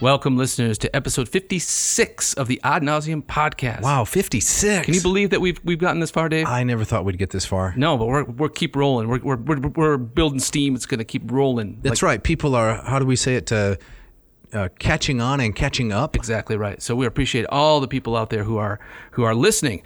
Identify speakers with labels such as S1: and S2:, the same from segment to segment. S1: Welcome, listeners, to episode 56 of the Odd Nauseum podcast.
S2: Wow, 56.
S1: Can you believe that we've we've gotten this far, Dave?
S2: I never thought we'd get this far.
S1: no, but we're we're keep rolling. We're we're we're, we're building steam. It's going to keep rolling.
S2: That's right. People are, how do we say it, uh, uh, catching on and catching up.
S1: Exactly right. So we appreciate all the people out there who are who are listening.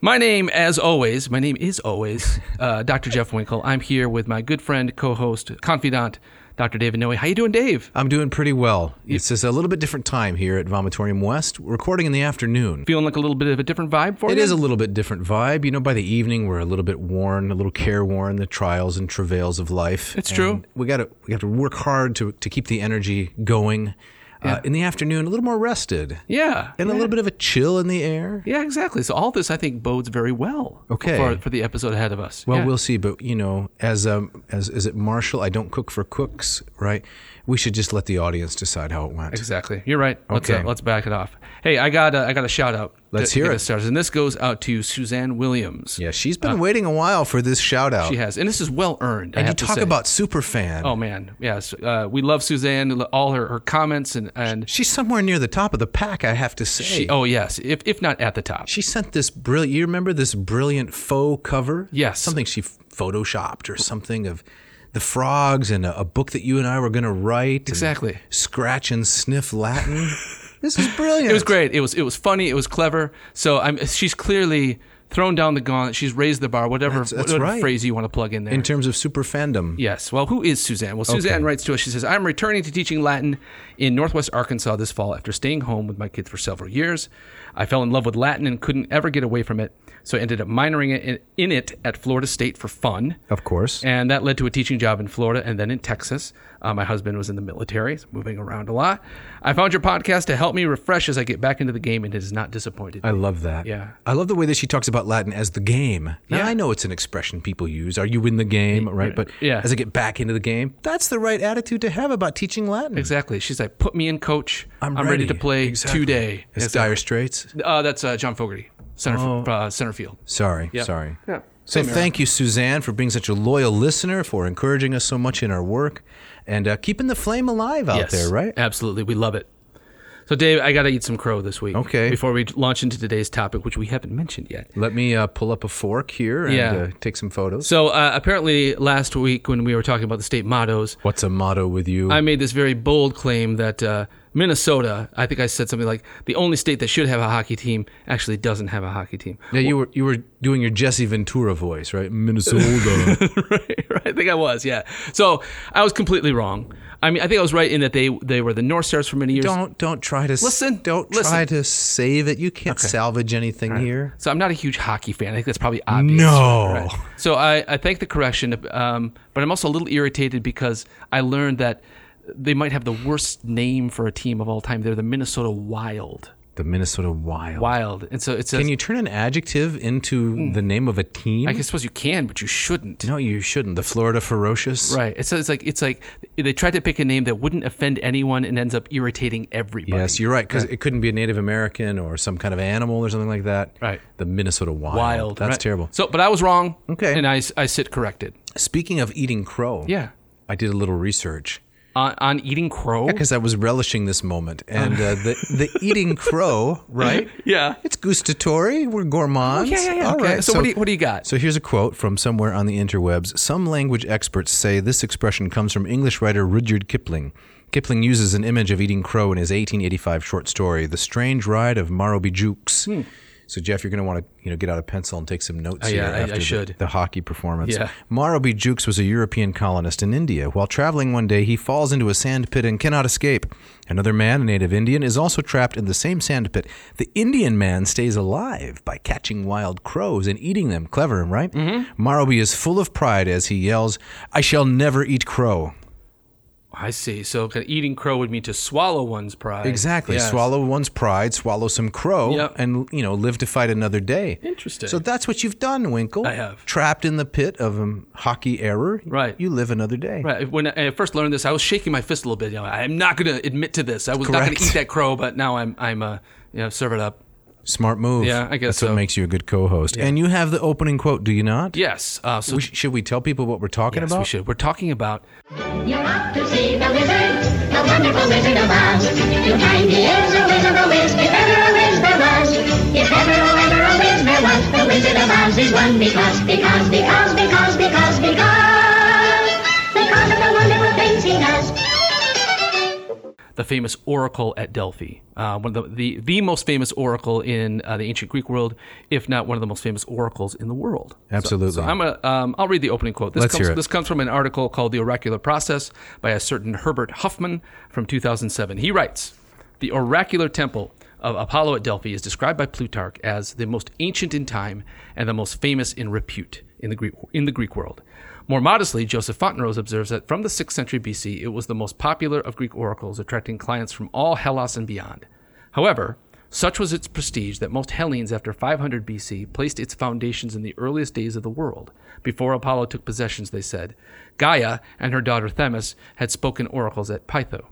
S1: My name, as always, my name is always uh, Dr. Jeff Winkle. I'm here with my good friend, co-host, confidant, Dr. David Noe. How you doing, Dave?
S2: I'm doing pretty well. It's just a little bit different time here at Vomitorium West, recording in the afternoon.
S1: Feeling like a little bit of a different vibe for
S2: It
S1: you?
S2: is a little bit different vibe. You know, by the evening, we're a little bit worn, a little careworn, the trials and travails of life.
S1: It's true.
S2: And We got to we got to work hard to, to keep the energy going. Uh, in the afternoon, a little more rested
S1: yeah.
S2: and a little bit of a chill in the air.
S1: Yeah, exactly. So all this, I think, bodes very well.
S2: Okay.
S1: For, for the episode ahead of us.
S2: Well,
S1: Yeah.
S2: we'll see. But you know, as um, as is it Marshall? I don't cook for cooks, right? We should just let the audience decide how it went.
S1: Exactly. You're right. Let's,
S2: Okay.
S1: uh, let's back it off. Hey, I got a, I got a shout out.
S2: Let's
S1: to- to
S2: hear
S1: get
S2: it.
S1: us Started. And this goes out to Suzanne Williams.
S2: Yeah, she's been waiting a while for this shout out.
S1: uh, She has, and this is well earned.
S2: and you talk about super fan.
S1: Oh man, yes. Uh, we love Suzanne. lo- All her, her comments and and
S2: She's somewhere near the top of the pack, I have to say.
S1: she. Oh yes, if if not at the top.
S2: She sent this brilliant. You remember this brilliant faux cover?
S1: Yes.
S2: Something she photoshopped or something of the frogs and a, a book that you and I were going to write. and
S1: Exactly.
S2: Scratch and sniff Latin. this is brilliant.
S1: It was great. It was it was funny. It was clever. So I'm. She's clearly thrown down the gauntlet. She's raised the bar. Whatever,
S2: that's
S1: whatever
S2: right.
S1: phrase you want to plug in there.
S2: In terms of super fandom.
S1: Yes. Well, who is Suzanne? Well, Suzanne writes to us. She says, I'm returning to teaching Latin in Northwest Arkansas this fall after staying home with my kids for several years. I fell in love with Latin and couldn't ever get away from it, so I ended up minoring in, in it at Florida State for fun.
S2: Of course.
S1: And that led to a teaching job in Florida and then in Texas. Uh, my husband was in the military, so moving around a lot. I found your podcast to help me refresh as I get back into the game, and it has not disappointed.
S2: I love that.
S1: Yeah.
S2: I love the way that she talks about Latin as the game. Now,
S1: Yeah.
S2: I know it's an expression people use. Are you in the game? Right. But
S1: Yeah.
S2: as I get back into the game, that's the right attitude to have about teaching Latin.
S1: exactly. She's like, put me in, coach.
S2: I'm
S1: ready.
S2: ready."
S1: to play
S2: Exactly.
S1: today.
S2: It's Oh.
S1: Yes,
S2: dire straits.
S1: Uh, that's uh, John Fogerty, center uh, center field.
S2: Sorry. Sorry.
S1: Yeah.
S2: So thank you, Suzanne, for being such a loyal listener, for encouraging us so much in our work, and uh, keeping the flame alive out there, right?
S1: Absolutely, we love it. So, Dave, I got to eat some crow this week.
S2: Okay.
S1: Before we launch into today's topic, which we haven't mentioned yet.
S2: Let me uh, pull up a fork here and
S1: Yeah.
S2: uh, take some photos.
S1: So, uh, apparently, last week when we were talking about the state mottos,
S2: What's a motto with you?
S1: I made this very bold claim that uh, Minnesota, I think I said something like, the only state that should have a hockey team actually doesn't have a hockey team.
S2: yeah, you were you were doing your Jesse Ventura voice, right? Minnesota.
S1: right, right. I think I was, yeah. So I was completely wrong. I mean, I think I was right in that they they were the North Stars for many years.
S2: Don't don't try to s-
S1: Listen,
S2: Don't
S1: listen.
S2: try to save it. You can't salvage anything here.
S1: So I'm not a huge hockey fan. I think that's probably obvious.
S2: No.
S1: Right. So I, I thank the correction, um, but I'm also a little irritated because I learned that they might have the worst name for a team of all time. They're the Minnesota Wild.
S2: The Minnesota Wild.
S1: Wild. And so it says,
S2: Can you turn an adjective into the name of a team?
S1: I guess- suppose you can, but you shouldn't.
S2: no, you shouldn't. The Florida Ferocious.
S1: Right. It says like it's like they tried to pick a name that wouldn't offend anyone and ends up irritating everybody.
S2: Yes, you're right. Because it couldn't be a Native American or some kind of animal or something like that.
S1: Right.
S2: The Minnesota Wild.
S1: Wild.
S2: That's
S1: right?
S2: terrible.
S1: So, but I was wrong.
S2: Okay.
S1: And I, s- I sit corrected.
S2: Speaking of eating crow.
S1: Yeah.
S2: I did a little research.
S1: On, on eating crow.
S2: Because I was relishing this moment, and uh, the the eating crow, right?
S1: Yeah. Oh,
S2: It's gustatory. We're gourmands.
S1: Yeah, yeah, yeah.
S2: All
S1: okay.
S2: right,
S1: So, what do you, what do you got?
S2: So here's a quote from somewhere on the interwebs. Some language experts say this expression comes from English writer Rudyard Kipling. Kipling uses an image of eating crow in his 1885 short story, The Strange Ride of Marrowby Jukes.
S1: Hmm.
S2: So Jeff, you're going to want to you know get out a pencil and take some notes here
S1: Oh, yeah, I- I
S2: after the-
S1: should.
S2: the hockey performance.
S1: Yeah.
S2: Marrowby Jukes was a European colonist in India. While traveling one day, he falls into a sand pit and cannot escape. Another man, a native Indian, is also trapped in the same sand pit. The Indian man stays alive by catching wild crows and eating them. Clever, right? Mm-hmm. Marrowby is full of pride as he yells, I shall never eat crow.
S1: I see. So kind of eating crow would mean to swallow one's pride.
S2: Exactly.
S1: Yes.
S2: Swallow one's pride, swallow some crow,
S1: Yep.
S2: and you know, live to fight another day.
S1: Interesting.
S2: So that's what you've done, Winkle.
S1: I have.
S2: Trapped in the pit of um, hockey error.
S1: Right.
S2: You live another day.
S1: Right. When I first learned this, I was shaking my fist a little bit. You know, I'm not going to admit to this. I was not going
S2: Correct.
S1: to eat that crow, but now I'm, I'm, uh, you know, serve it up.
S2: Smart move.
S1: Yeah, I guess
S2: that's what
S1: so.
S2: makes you a good co-host. And you have the opening quote, do you not?
S1: Yes. Uh, so
S2: We sh- should we tell people what we're talking
S1: yes,
S2: about?
S1: we should. We're talking about
S3: You ought to see the wizard, the wonderful wizard of Oz. You find he is a wizard of Oz, if ever a wiz there was. If ever, oh, ever a wiz there was, the wizard of Oz is one because, because, because, because, because, because, because of the wonderful things he does.
S1: the famous oracle at Delphi, uh, one of the, the, the most famous oracle in uh, the ancient Greek world, if not one of the most famous oracles in the world. So-
S2: Absolutely.
S1: So, I'm a, um, I'll read the opening quote. This
S2: Let's
S1: comes,
S2: hear it.
S1: This comes from an article called The Oracular Process by a certain Herbert Huffman from 2007. He writes The oracular temple of Apollo at Delphi is described by Plutarch as the most ancient in time and the most famous in repute in the Greek, in the Greek world. More modestly, Joseph Fontenrose observes that from the 6th century BC, it was the most popular of Greek oracles, attracting clients from all Hellas and beyond. However, such was its prestige that most Hellenes after 500 BC placed its foundations in the earliest days of the world. Before Apollo took possessions, they said, Gaia and her daughter Themis had spoken oracles at Pytho.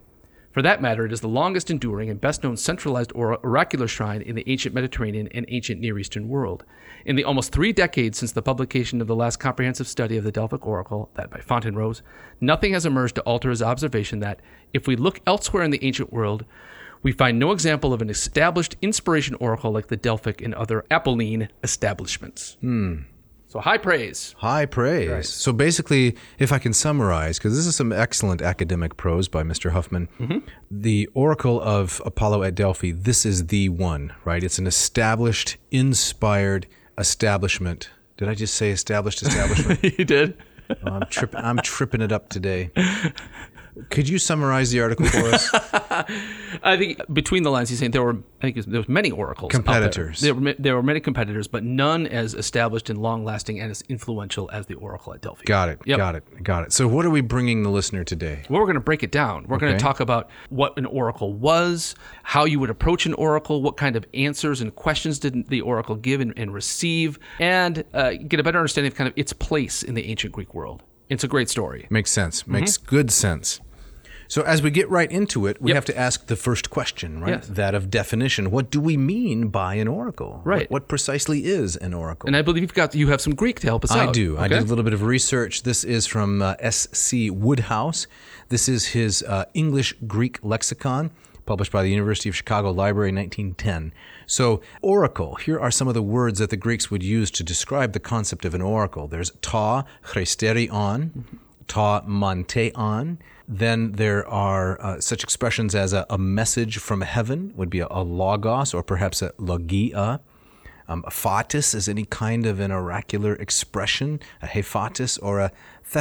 S1: For that matter, it is the longest enduring and best known centralized or- oracular shrine in the ancient Mediterranean and ancient Near Eastern world. In the almost three decades since the publication of the last comprehensive study of the Delphic Oracle, that by Fontenrose, nothing has emerged to alter his observation that, if we look elsewhere in the ancient world, we find no example of an established inspiration oracle like the Delphic and other Apolline establishments. So high praise.
S2: High praise. So basically, if I can summarize, because this is some excellent academic prose by Mr. Huffman,
S1: Mm-hmm.
S2: the Oracle of Apollo at Delphi, this is the one, right? It's an established, inspired establishment. Did I just say established establishment?
S1: you did?
S2: Oh, I'm, tripping. I'm tripping it up today. Could you summarize the article for us?
S1: I think between the lines, he's saying there were, I think it was- there was many oracles. out there.
S2: Competitors.
S1: There. were ma- there were many competitors, but none as established and long lasting and as influential as the oracle at Delphi.
S2: Got it.
S1: Yep.
S2: Got it. Got it. So, what are we bringing the listener today?
S1: Well, we're going to break it down. We're going
S2: Okay.
S1: to talk about what an oracle was, how you would approach an oracle, what kind of answers and questions did the oracle give and, and receive, and uh, get a better understanding of kind of its place in the ancient Greek world. It's a great story.
S2: Makes sense.
S1: Mm-hmm.
S2: Makes good sense. So as we get right into it, we have to ask the first question, right?
S1: Yes.
S2: That of definition. What do we mean by an oracle? What-
S1: Right.
S2: What, precisely is an oracle?
S1: And I believe you've got you have some Greek to help us
S2: I
S1: out.
S2: do. I
S1: Okay?
S2: did a little bit of research. This is from uh, S.C. Woodhouse. This is his uh, English Greek lexicon, published by the University of Chicago Library in 1910. So, oracle, here are some of the words that the Greeks would use to describe the concept of an oracle there's ta, chresterion, ta, manteon. Then there are uh, such expressions as a, a message from heaven, would be a, a logos or perhaps a logia. Um, a phatis is any kind of an oracular expression, a hephatis or a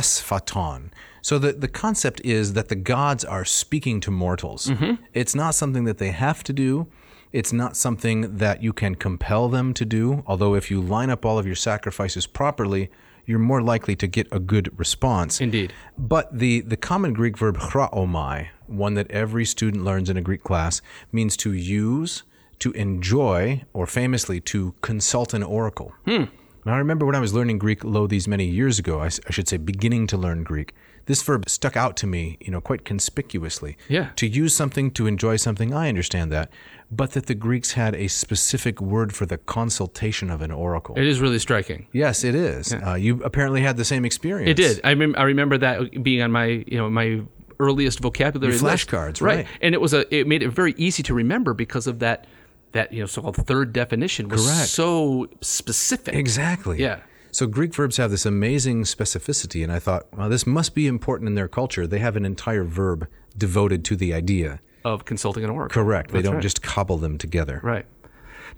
S2: thesphaton. So the, the concept is that the gods are speaking to mortals. It's not something that they have to do. It's not something that you can compel them to do, although if you line up all of your sacrifices properly, you're more likely to get a good response.
S1: Indeed.
S2: But the, the common Greek verb chraomai, one that every student learns in a Greek class, means to use, to enjoy, or famously to consult an oracle.
S1: Hmm.
S2: And I remember when I was learning Greek, lo, these many years ago, I, s- I should say beginning to learn Greek, this verb stuck out to me, you know, quite conspicuously.
S1: Yeah.
S2: To use something, to enjoy something, I understand that. But that the Greeks had a specific word for the consultation of an oracle.
S1: It is really striking.
S2: yes, it is. Uh, you apparently had the same experience.
S1: It did. I, mem- I remember that being on my you know my earliest vocabulary
S2: Your
S1: list.
S2: flashcards, right.
S1: And it was a it made it very easy to remember because of that that you know so-called third definition was
S2: Correct.
S1: so specific.
S2: Exactly.
S1: Yeah.
S2: So Greek verbs have this amazing specificity, and I thought, well, this must be important in their culture. They have an entire verb devoted to the idea.
S1: Of consulting an oracle.
S2: Correct. They
S1: That's
S2: don't
S1: right.
S2: just cobble them together.
S1: Right.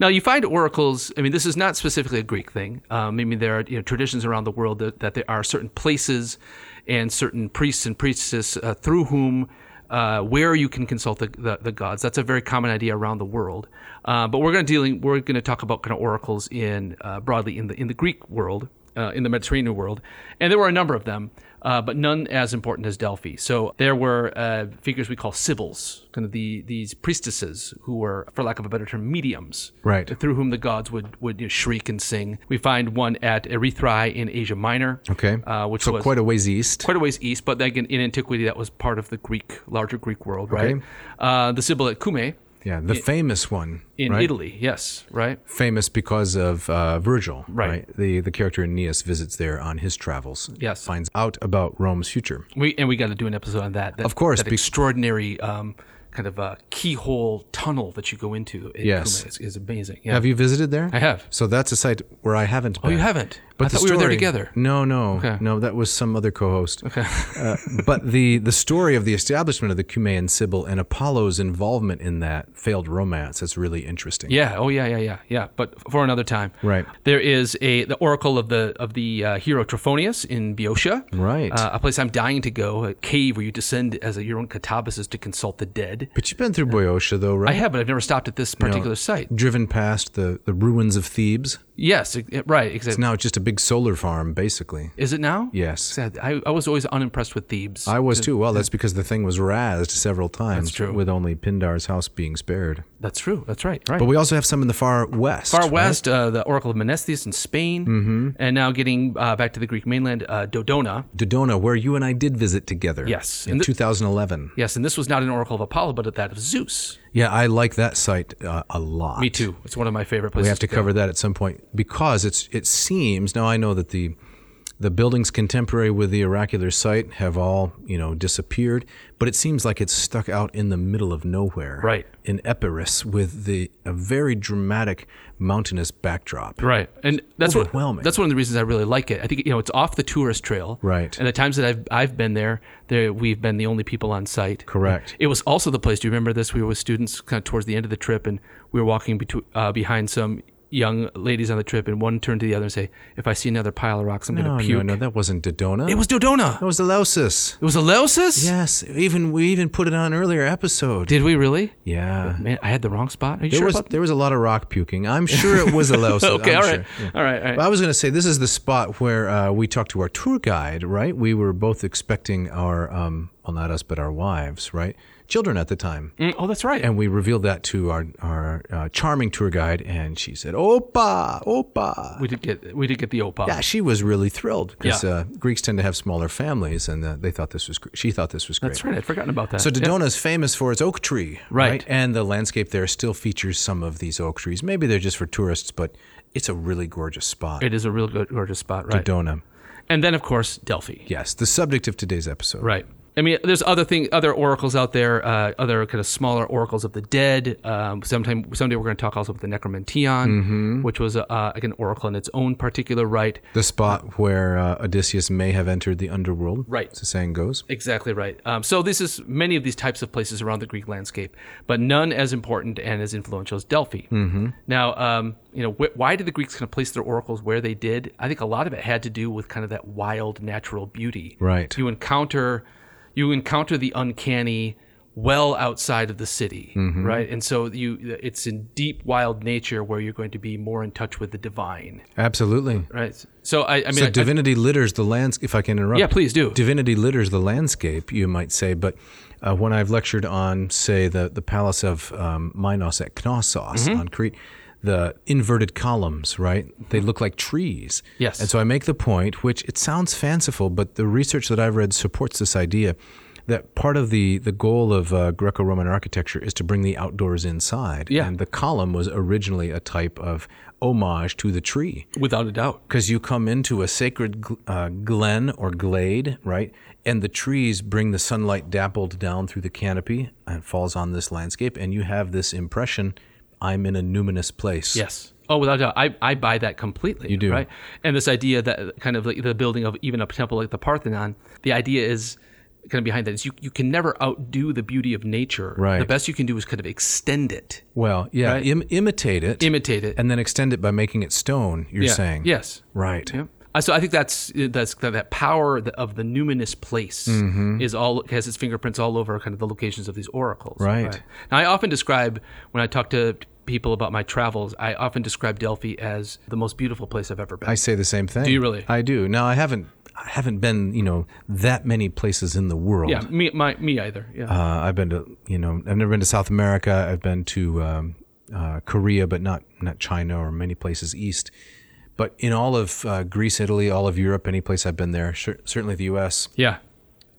S1: Now you find oracles. I mean, this is not specifically a Greek thing. Um, I mean, there are you know, traditions around the world that, that there are certain places and certain priests and priestesses uh, through whom. Uh, where you can consult the, the, the gods. That's a very common idea around the world. Uh, but we're going to dealing. We're going to talk about kind of oracles in uh, broadly in the in the Greek world, uh, in the Mediterranean world, and there were a number of them. uh, but none as important as Delphi. So there were uh, figures we call sibyls, kind of the these priestesses who were, for lack of a better term, mediums,
S2: Right.
S1: Through whom the gods would would you know, shriek and sing. We find one at Erythrae in Asia Minor.
S2: Okay.
S1: uh, which
S2: so
S1: was
S2: quite a ways east.
S1: quite a ways east, but like in, in antiquity, that was part of the Greek, larger Greek world, right?
S2: Okay.
S1: Uh, the Sibyl at Cumae
S2: yeah, the famous one
S1: in
S2: right?
S1: Italy, yes, right?
S2: Famous because of uh, Virgil,
S1: Right.
S2: The the character Aeneas visits there on his travels.
S1: Yes.
S2: Finds out about Rome's future.
S1: We and we got to do an episode on that. that
S2: Of course,
S1: that
S2: be-
S1: extraordinary um, kind of a keyhole tunnel that you go into. In
S2: Yes.
S1: Cumae is, is amazing. Yeah.
S2: Have you visited there?
S1: I have.
S2: So that's a site where I haven't been.
S1: Oh, you haven't.
S2: But
S1: I
S2: the
S1: thought we were there
S2: story-
S1: together.
S2: No, no,
S1: Okay.
S2: no. That was some other co-host. Okay. uh, but the the story of the establishment of the Cumaean Sibyl and Apollo's involvement in that failed romance is really interesting.
S1: Yeah. Oh, yeah, yeah, yeah, yeah. But for another time.
S2: Right.
S1: There is a the oracle of the of the uh, hero Trophonius in Boeotia.
S2: Right.
S1: Uh, a place I'm dying to go. A cave where you descend as a your own catabasis to consult the dead.
S2: But you've been through Boeotia, though,
S1: I
S2: right?
S1: have, but I've never stopped at this particular site.
S2: Driven past the, the ruins of Thebes.
S1: Yes, it- it- right, exactly.
S2: Now it's just a big solar farm, basically.
S1: Is it now?
S2: Yes.
S1: Sad. I, I was always unimpressed with Thebes.
S2: I was too. Well, that's because the thing was razed several times.
S1: true.
S2: With only Pindar's house being spared.
S1: That's true. That's right. Right.
S2: But we also have some in the far west.
S1: Far
S2: right? Mm-hmm.
S1: west, uh, the Oracle of Menestheus in Spain, and now getting uh, back to the Greek mainland, uh, Dodona.
S2: Dodona, where you and I did visit together.
S1: Yes.
S2: In
S1: And thi-
S2: 2011.
S1: Yes, and this was not an Oracle of Apollo, but that of Zeus.
S2: Yeah, I like that site uh, a lot.
S1: Me too. It's one of my favorite places.
S2: We have to cover that at some point because it's it seems now I know that the the buildings contemporary with the oracular site have all you know disappeared, but it seems like it's stuck out in the middle of nowhere,
S1: Right.
S2: In Epirus, with the a very dramatic mountainous backdrop,
S1: Right, and that's what
S2: overwhelming.
S1: that's one of the reasons I really like it. I think you know it's off the tourist trail.
S2: Right.
S1: and the times that I've I've been there, there we've been the only people on site.
S2: Correct.
S1: It was also the place. Do you remember this? We were with students kind of towards the end of the trip, and we were walking between, uh, behind some young ladies on the trip, and one turned to the other and say, "If I see another pile of rocks, I'm
S2: No,
S1: going to
S2: no,
S1: puke."
S2: no, that wasn't Dodona.
S1: It was Dodona.
S2: that was Eleusis.
S1: It was Eleusis?
S2: Yes, even we even put it on earlier episode.
S1: Did we really?
S2: yeah.
S1: Man, I had the wrong spot. Are you
S2: There
S1: sure
S2: was
S1: about that?
S2: there was a lot of rock puking. I'm sure it was Eleusis.
S1: Okay,
S2: I'm
S1: all
S2: sure.
S1: right.
S2: Yeah.
S1: all right. All right.
S2: But I was going to say this is the spot where uh, we talked to our tour guide, right? We were both expecting our, um, well, not us, but our wives, right? Children at the time.
S1: Mm, oh, that's right.
S2: And we revealed that to our, our uh, charming tour guide, and she said, Opa, Opa.
S1: we did get we did get the opa.
S2: yeah, she was really thrilled because
S1: Yeah.
S2: uh, Greeks tend to have smaller families, and uh, they thought this was. Gr- she thought this was great.
S1: That's right. I'd forgotten about that.
S2: So Dodona is famous for its oak tree,
S1: Right.
S2: And the landscape there still features some of these oak trees. Maybe they're just for tourists, but it's a really gorgeous spot.
S1: It is a real good gorgeous spot, right?
S2: Dodona.
S1: And then of course Delphi.
S2: Yes, the subject of today's episode.
S1: Right. I mean, there's other thing, other oracles out there, uh, other kind of smaller oracles of the dead. Um, sometime, someday, we're going to talk also about the Necromantion, which was a, uh, like an oracle in its own particular right.
S2: The spot where uh, Odysseus may have entered the underworld.
S1: Right.
S2: As the saying goes.
S1: Exactly right. Um, so this is many of these types of places around the Greek landscape, but none as important and as influential as Delphi. Mm-hmm. Now, um, you know, wh- why did the Greeks kind of place their oracles where they did? I think a lot of it had to do with kind of that wild natural beauty.
S2: Right.
S1: You encounter, you encounter the uncanny well outside of the city,
S2: Mm-hmm.
S1: right? And so you, it's in deep wild nature where you're going to be more in touch with the divine,
S2: Absolutely.
S1: right? So I, I mean,
S2: So
S1: I- I-
S2: divinity litters the landscape. If I can interrupt.
S1: Yeah, please do.
S2: Divinity litters the landscape, you might say. But uh, when I've lectured on, say, the, the palace of um, Minos at Knossos
S1: Mm-hmm.
S2: on Crete, the inverted columns, right? They look like trees.
S1: Yes.
S2: And so I make the point, which it sounds fanciful, but the research that I've read supports this idea that part of the, the goal of uh, Greco Roman architecture is to bring the outdoors inside.
S1: Yeah.
S2: And the column was originally a type of homage to the tree
S1: without a doubt.
S2: because you come into a sacred gl- uh, glen or glade, right? And the trees bring the sunlight dappled down through the canopy and falls on this landscape, and you have this impression: I'm in a numinous place.
S1: Yes. Oh, without a doubt, I, I buy that completely. You
S2: do.
S1: right? And this idea that kind of like the building of even a temple like the Parthenon, the idea is kind of behind that is you, you can never outdo the beauty of nature.
S2: Right.
S1: The best you can do is kind of extend it,
S2: Well, yeah.
S1: Right.
S2: Im- imitate it,
S1: imitate it.
S2: and then extend it by making it stone. You're
S1: yeah.
S2: saying.
S1: yes.
S2: Right.
S1: Yeah. Uh, So I think that's that's that that power th- of the numinous place
S2: Mm-hmm.
S1: is all has its fingerprints all over kind of the locations of these oracles.
S2: Right.
S1: Now I often describe when I talk to people about my travels, I often describe Delphi as the most beautiful place I've ever been.
S2: I say the same thing. Do
S1: you really?
S2: I do. Now I haven't. I haven't been, you know, that many places in the world.
S1: Yeah, me, my, me either. Yeah.
S2: Uh, I've been to, you know, I've never been to South America. I've been to um, uh, Korea, but not not China or many places east. But in all of uh, Greece, Italy, all of Europe, any place I've been there, cer- certainly the U.S.,
S1: yeah.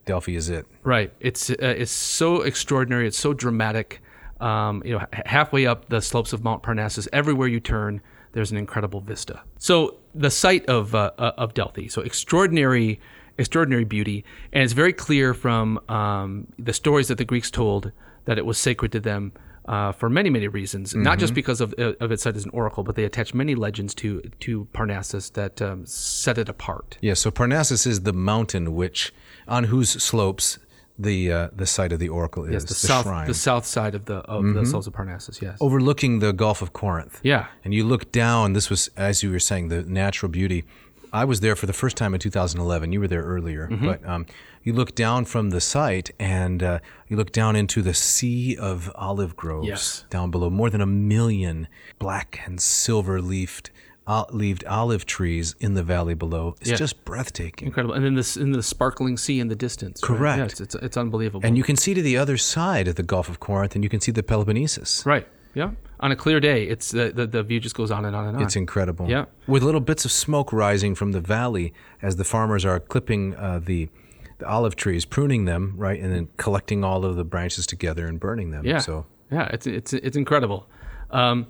S2: Delphi is it.
S1: Right. It's uh, it's so extraordinary. It's so dramatic. Um, you know, h- halfway up the slopes of Mount Parnassus, everywhere you turn, there's an incredible vista. So the site of uh, uh, of Delphi. So extraordinary, extraordinary beauty, and it's very clear from um, the stories that the Greeks told that it was sacred to them. Uh, for many many reasons, not just because of uh, of its site as an oracle, but they attach many legends to to Parnassus that um, set it apart.
S2: Yeah. So Parnassus is the mountain which, on whose slopes, the uh, the site of the oracle is
S1: Yes, the, south
S2: shrine, Mm-hmm.
S1: the south side of the of the slopes of Parnassus. Yes.
S2: overlooking the Gulf of Corinth.
S1: Yeah.
S2: And you look down. This was, as you were saying, the natural beauty. I was there for the first time in 2011. You were there earlier,
S1: Mm-hmm.
S2: but um, you look down from the site and uh, you look down into the sea of olive groves
S1: Yes.
S2: down below. More than a million black and silver leafed. ol- Leaved olive trees in the valley below. It's
S1: Yeah.
S2: just breathtaking.
S1: Incredible. And then this in the sparkling sea in the distance. right?
S2: Correct.
S1: Yeah, it's, it's, it's unbelievable.
S2: And you can see to the other side of the Gulf of Corinth and you can see the Peloponnesus.
S1: right. Yeah. On a clear day, it's the, the, the view just goes on and on and on.
S2: It's incredible.
S1: Yeah.
S2: With little bits of smoke rising from the valley as the farmers are clipping uh, the the olive trees, pruning them, right, and then collecting all of the branches together and burning them.
S1: yeah.
S2: So
S1: Yeah. It's it's it's incredible. Um,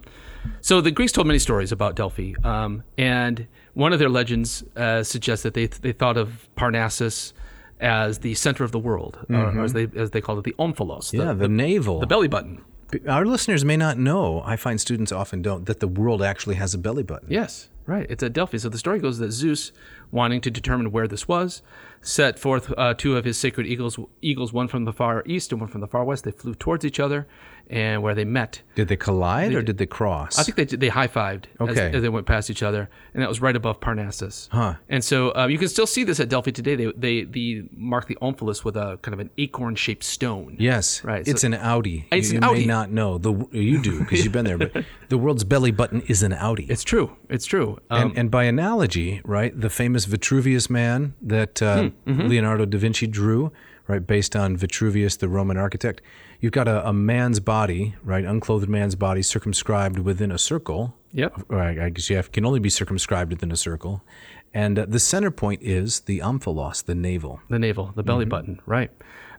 S1: so the Greeks told many stories about Delphi, um, and one of their legends uh, suggests that they they thought of Parnassus as the center of the world, or, as they as they called it, the omphalos,
S2: Mm-hmm. yeah, the, navel.
S1: the belly button.
S2: Our listeners may not know. I find students often don't that the world actually has a belly button.
S1: Yes, right. It's at Delphi. So the story goes that Zeus, wanting to determine where this was, set forth uh, two of his sacred eagles, eagles, one from the far east and one from the far west. They flew towards each other, and where they met,
S2: Did they collide or did they cross?
S1: I think they they high fived as,
S2: Okay.
S1: as they went past each other, and that was right above Parnassus.
S2: Huh.
S1: And so uh, you can still see this at Delphi today. They they the mark the omphalos with a kind of an acorn shaped stone.
S2: yes.
S1: Right,
S2: It's
S1: so-
S2: an Audi.
S1: It's
S2: you
S1: an
S2: you may
S1: Audi.
S2: not know. The you do because you've been there, but the world's belly button is an Audi.
S1: It's true. It's true. Um,
S2: and, and by analogy, right, the famous Vitruvius man that uh,
S1: Hmm, mm-hmm.
S2: Leonardo da Vinci drew, right, based on Vitruvius, the Roman architect, you've got a, a man's body, right, unclothed man's body circumscribed within a circle.
S1: Yep.
S2: Or I, I guess you have, can only be circumscribed within a circle. And uh, the center point is the omphalos, the navel.
S1: the navel, the
S2: Mm-hmm.
S1: belly button, right?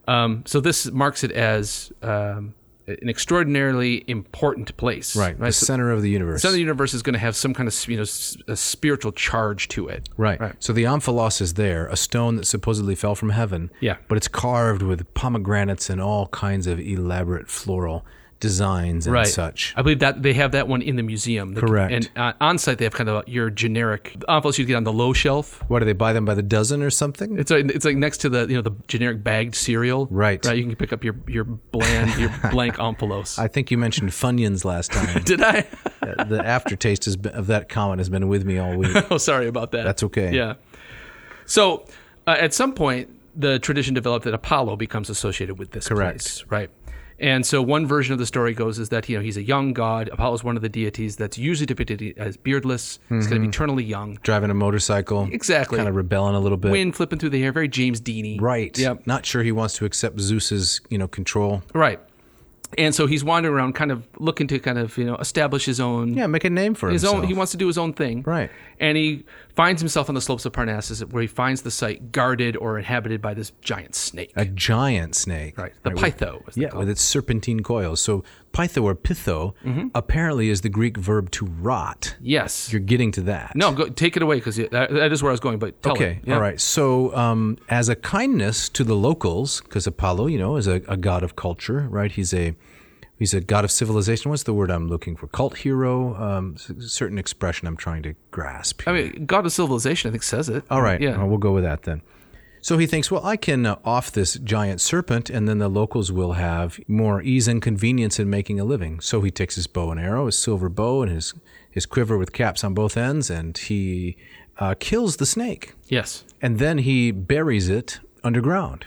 S1: Um, so this marks it as um, an extraordinarily important place,
S2: The
S1: So
S2: center of the universe.
S1: the universe is going to have some kind of you know s- a spiritual charge to it,
S2: Right. So the omphalos is there, a stone that supposedly fell from heaven.
S1: Yeah.
S2: But it's carved with pomegranates and all kinds of elaborate floral designs and
S1: Right.
S2: such.
S1: I believe that they have that one in the museum. The-
S2: Correct.
S1: And uh, on site, they have kind of your generic envelopes you get on the low shelf.
S2: What do they buy them by the dozen or something?
S1: It's like, it's like next to the you know the generic bagged cereal.
S2: Right.
S1: Right. You can pick up your your bland your blank envelopes.
S2: I think you mentioned Funyuns last time.
S1: Did I?
S2: the aftertaste has been, of that comment has been with me all week.
S1: oh, sorry about that.
S2: That's okay.
S1: Yeah. So, uh, at some point, the tradition developed that Apollo becomes associated with this
S2: Correct.
S1: place, right? And so, one version of the story goes is that you know he's a young god. Apollo's one of the deities that's usually depicted as beardless. He's
S2: Mm-hmm.
S1: going to be eternally young.
S2: Driving a motorcycle.
S1: Exactly.
S2: Kind of rebelling a little bit.
S1: Wind flipping through the hair, very James Deany.
S2: Right.
S1: Yep.
S2: Not sure he wants to accept Zeus's, you know, control.
S1: Right. And so he's wandering around, kind of looking to kind of you know establish his own
S2: Yeah, make a name for
S1: his
S2: himself.
S1: own. He wants to do his own thing,
S2: Right.
S1: And he finds himself on the slopes of Parnassus, where he finds the site guarded or inhabited by this giant snake.
S2: a giant snake.
S1: Right. The
S2: with-
S1: pytho, as they
S2: Yeah,
S1: call
S2: with
S1: it.
S2: its serpentine coils. So pytho or pitho apparently is the Greek verb to rot.
S1: Mm-hmm. yes.
S2: You're getting to that.
S1: no, go, take it away because that, that is where I was going. But tell
S2: Okay.
S1: it. Yeah.
S2: All right. So, um, as a kindness to the locals, because Apollo, you know, is a, a god of culture, right? He's a he's a god of civilization. What's the word I'm looking for? Cult hero. Um, s- certain expression I'm trying to grasp.
S1: I mean, God of Civilization, I think, says it.
S2: All right. Uh,
S1: Yeah.
S2: Well, we'll go with that then. So he thinks, well, I can uh, off this giant serpent, and then the locals will have more ease and convenience in making a living. So he takes his bow and arrow, his silver bow, and his, his quiver with caps on both ends, and he uh, kills the snake.
S1: Yes.
S2: And then he buries it underground.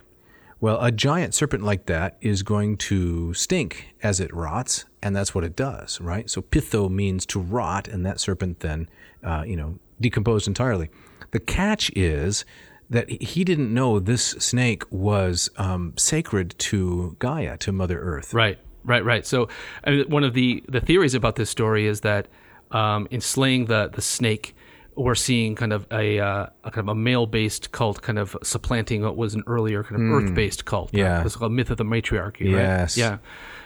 S2: Well, a giant serpent like that is going to stink as it rots, and that's what it does, right? So pitho means to rot, and that serpent then, uh, you know, decomposed entirely. The catch is that he didn't know this snake was um, sacred to Gaia, to Mother Earth.
S1: Right, right, right. So, I mean, one of the, the theories about this story is that um, in slaying the the snake, we're seeing kind of a, uh, a kind of a male based cult kind of supplanting what was an earlier kind of earth based cult. right?
S2: Hmm. Yeah.
S1: this called myth of the matriarchy.
S2: Yes.
S1: Right? Yeah,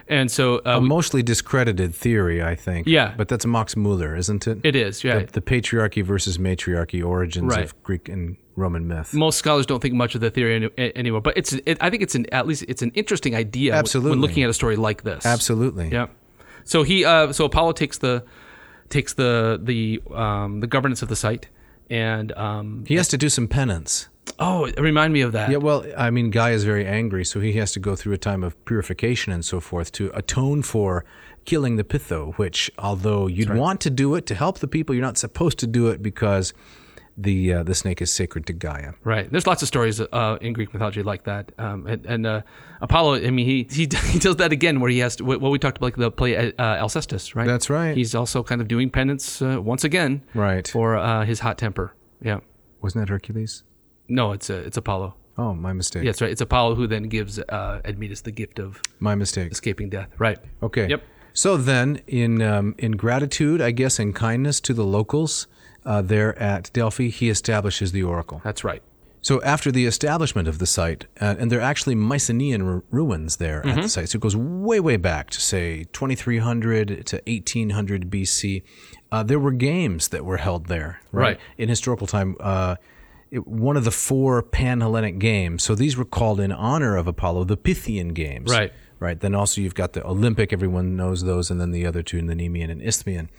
S1: and so uh,
S2: A
S1: we-
S2: mostly discredited theory, I think.
S1: Yeah.
S2: But that's Max Muller, isn't it?
S1: it is. Yeah,
S2: The, the patriarchy versus matriarchy origins
S1: Right.
S2: of Greek and Roman myth.
S1: most scholars don't think much of the theory any, a- anymore. But it's it, I think it's an at least it's an interesting idea when-
S2: Absolutely.
S1: when looking at a story like this.
S2: Absolutely.
S1: Yeah. So he uh, so Apollo takes the takes the the um, the governance of the site and um,
S2: He has to do some penance.
S1: oh it remind me of that.
S2: Yeah, well, I mean, Guy is very angry, so he has to go through a time of purification and so forth to atone for killing the Pitho, which, although you'd want to do it to help the people, you're not supposed to do it because the uh, the snake is sacred to Gaia.
S1: Right. There's lots of stories uh, in Greek mythology like that. Um, and and uh, Apollo, I mean, he, he he does that again where he has to, what what we talked about, like the play uh, Alcestis, right?
S2: That's right.
S1: He's also kind of doing penance uh, once again
S2: Right.
S1: for uh, his hot temper. Yeah.
S2: Wasn't that Hercules?
S1: No, it's uh, it's Apollo.
S2: Oh, my mistake.
S1: Yeah, that's right. It's Apollo who then gives uh, Admetus the gift of
S2: My mistake.
S1: escaping death. Right.
S2: Okay.
S1: Yep.
S2: So then, in um, in gratitude, I guess, and kindness to the locals uh, there at Delphi, he establishes the oracle.
S1: That's right.
S2: So after the establishment of the site, uh, and there are actually Mycenaean ru- ruins there at the site, so it goes way, way back to say 2300 to 1800 BC. Uh, there were games that were held there, right?
S1: Right.
S2: In historical time, uh, it, one of the four Pan-Hellenic games. So these were called in honor of Apollo, the Pythian games,
S1: Right.
S2: Right. Then also you've got the Olympic. Everyone knows those, and then the other two, the Nemean and Isthmian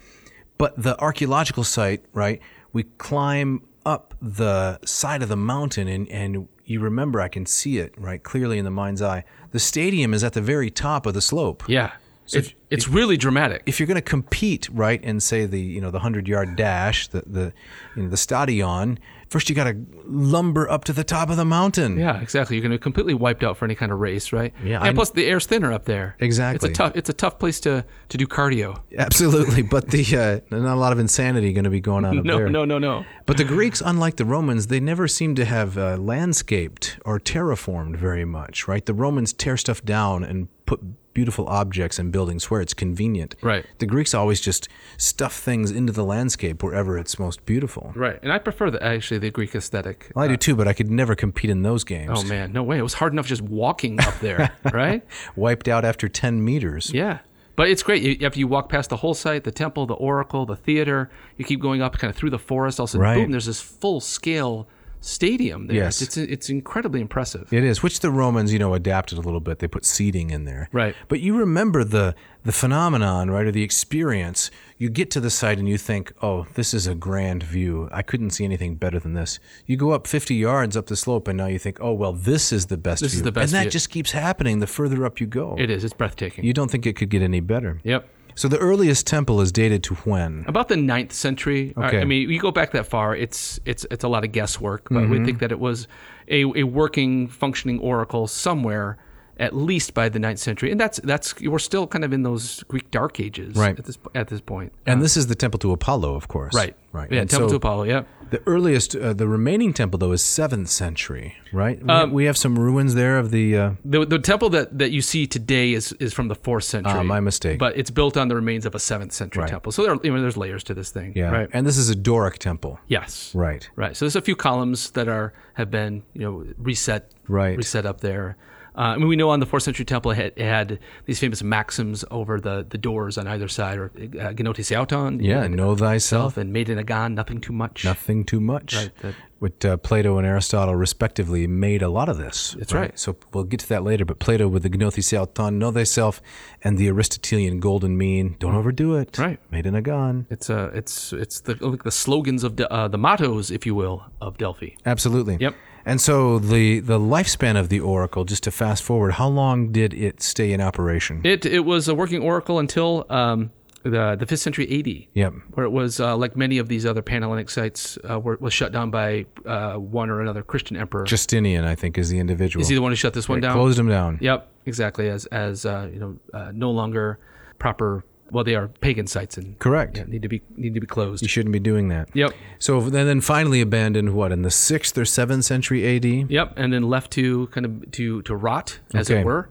S2: but the archaeological site, right? We climb up the side of the mountain, and and you remember I can see it right clearly in the mind's eye. The stadium is at the very top of the slope.
S1: Yeah. It- it's really dramatic.
S2: If you're going to compete, right, and say the you know the hundred yard dash, the the you know the stadion, first you got to lumber up to the top of the mountain.
S1: yeah, exactly. You're going to be completely wiped out for any kind of race, right?
S2: Yeah,
S1: And
S2: I-
S1: plus, the air's thinner up there.
S2: Exactly.
S1: It's a tough. It's a tough place to to do cardio.
S2: Absolutely, but the uh, not a lot of insanity going to be going on up
S1: No,
S2: there.
S1: no, no, no.
S2: But the Greeks, unlike the Romans, they never seem to have uh, landscaped or terraformed very much, right? The Romans tear stuff down and put beautiful objects and buildings where it's convenient.
S1: Right.
S2: The Greeks always just stuff things into the landscape wherever it's most beautiful.
S1: Right. And I prefer the actually the Greek aesthetic.
S2: Well, I do too, but I could never compete in those games.
S1: Oh man, no way. It was hard enough just walking up there, right?
S2: Wiped out after 10 meters.
S1: Yeah. But it's great. You, after you walk past the whole site, the temple, the oracle, the theater, you keep going up kind of through the forest. Also,
S2: Right.
S1: boom, there's this full scale stadium there.
S2: Yes.
S1: It's, it's incredibly impressive.
S2: It is, which the Romans, you know, adapted a little bit. They put seating in there.
S1: Right.
S2: But you remember the the phenomenon, right, or the experience. You get to the site and you think, "Oh, this is a grand view. I couldn't see anything better than this." You go up 50 yards up the slope and now you think, "Oh, well, this is the best
S1: This is
S2: view."
S1: the best
S2: and that
S1: view.
S2: just keeps happening the further up you go.
S1: It is. It's breathtaking.
S2: you don't think it could get any better.
S1: yep.
S2: So the earliest temple is dated to when?
S1: About the ninth century. I-
S2: Okay.
S1: I mean, you go back that far, it's it's it's a lot of guesswork, but
S2: Mm-hmm.
S1: we think that it was a, a working, functioning oracle somewhere, at least by the ninth century, and that's that's we're still kind of in those Greek Dark Ages
S2: Right.
S1: at this at this point.
S2: And this is the temple to Apollo, of course.
S1: Uh, Right.
S2: Right.
S1: Yeah.
S2: And
S1: Temple to
S2: so-
S1: Apollo. Yeah.
S2: The earliest, uh, the remaining temple though is seventh century, right? We-
S1: Um,
S2: we, have some ruins there of the. Uh,
S1: The, the temple that, that you see today is, is from the fourth century.
S2: Ah, my mistake.
S1: But it's built on the remains of a seventh century
S2: Right.
S1: temple. So there, are, you know, there's layers to this thing.
S2: yeah,
S1: Right.
S2: and this is a Doric temple.
S1: yes.
S2: Right.
S1: Right. So there's a few columns that are have been you know reset
S2: Right.
S1: reset up there. Uh, I mean, we know on the fourth century temple it had, it had these famous maxims over the, the doors on either side, or uh, "Genote Seauton,"
S2: Yeah, know thyself,
S1: and "Maiden Agon," nothing too much.
S2: nothing too much.
S1: Right, that-
S2: What uh, Plato and Aristotle, respectively, made a lot of this. That's
S1: right.
S2: So we'll get to that later. But Plato with the Gnothisauton, know thyself, and the Aristotelian golden mean, don't overdo it.
S1: Mm. Right.
S2: Made in a gun.
S1: It's uh, it's it's the like the slogans of De, uh, the mottos, if you will, of Delphi.
S2: Absolutely.
S1: Yep.
S2: And so the the lifespan of the oracle, just to fast forward, how long did it stay in operation?
S1: It it was a working oracle until um, the the fifth century AD.
S2: Yep.
S1: Where it was uh, like many of these other Pan-Hellenic sites uh, were was shut down by uh, one or another Christian emperor.
S2: Justinian, I think, is the individual.
S1: Is he the one who shut this one down?
S2: Closed him down.
S1: Yep, exactly. As as uh, you know, uh, no longer proper well, they are pagan sites and
S2: Correct.
S1: yeah, need to be need to be closed.
S2: You shouldn't be doing that.
S1: Yep.
S2: So and then finally abandoned what in the sixth or seventh century A.D.
S1: Yep, and then left to kind of to to rot, as
S2: Okay.
S1: it were,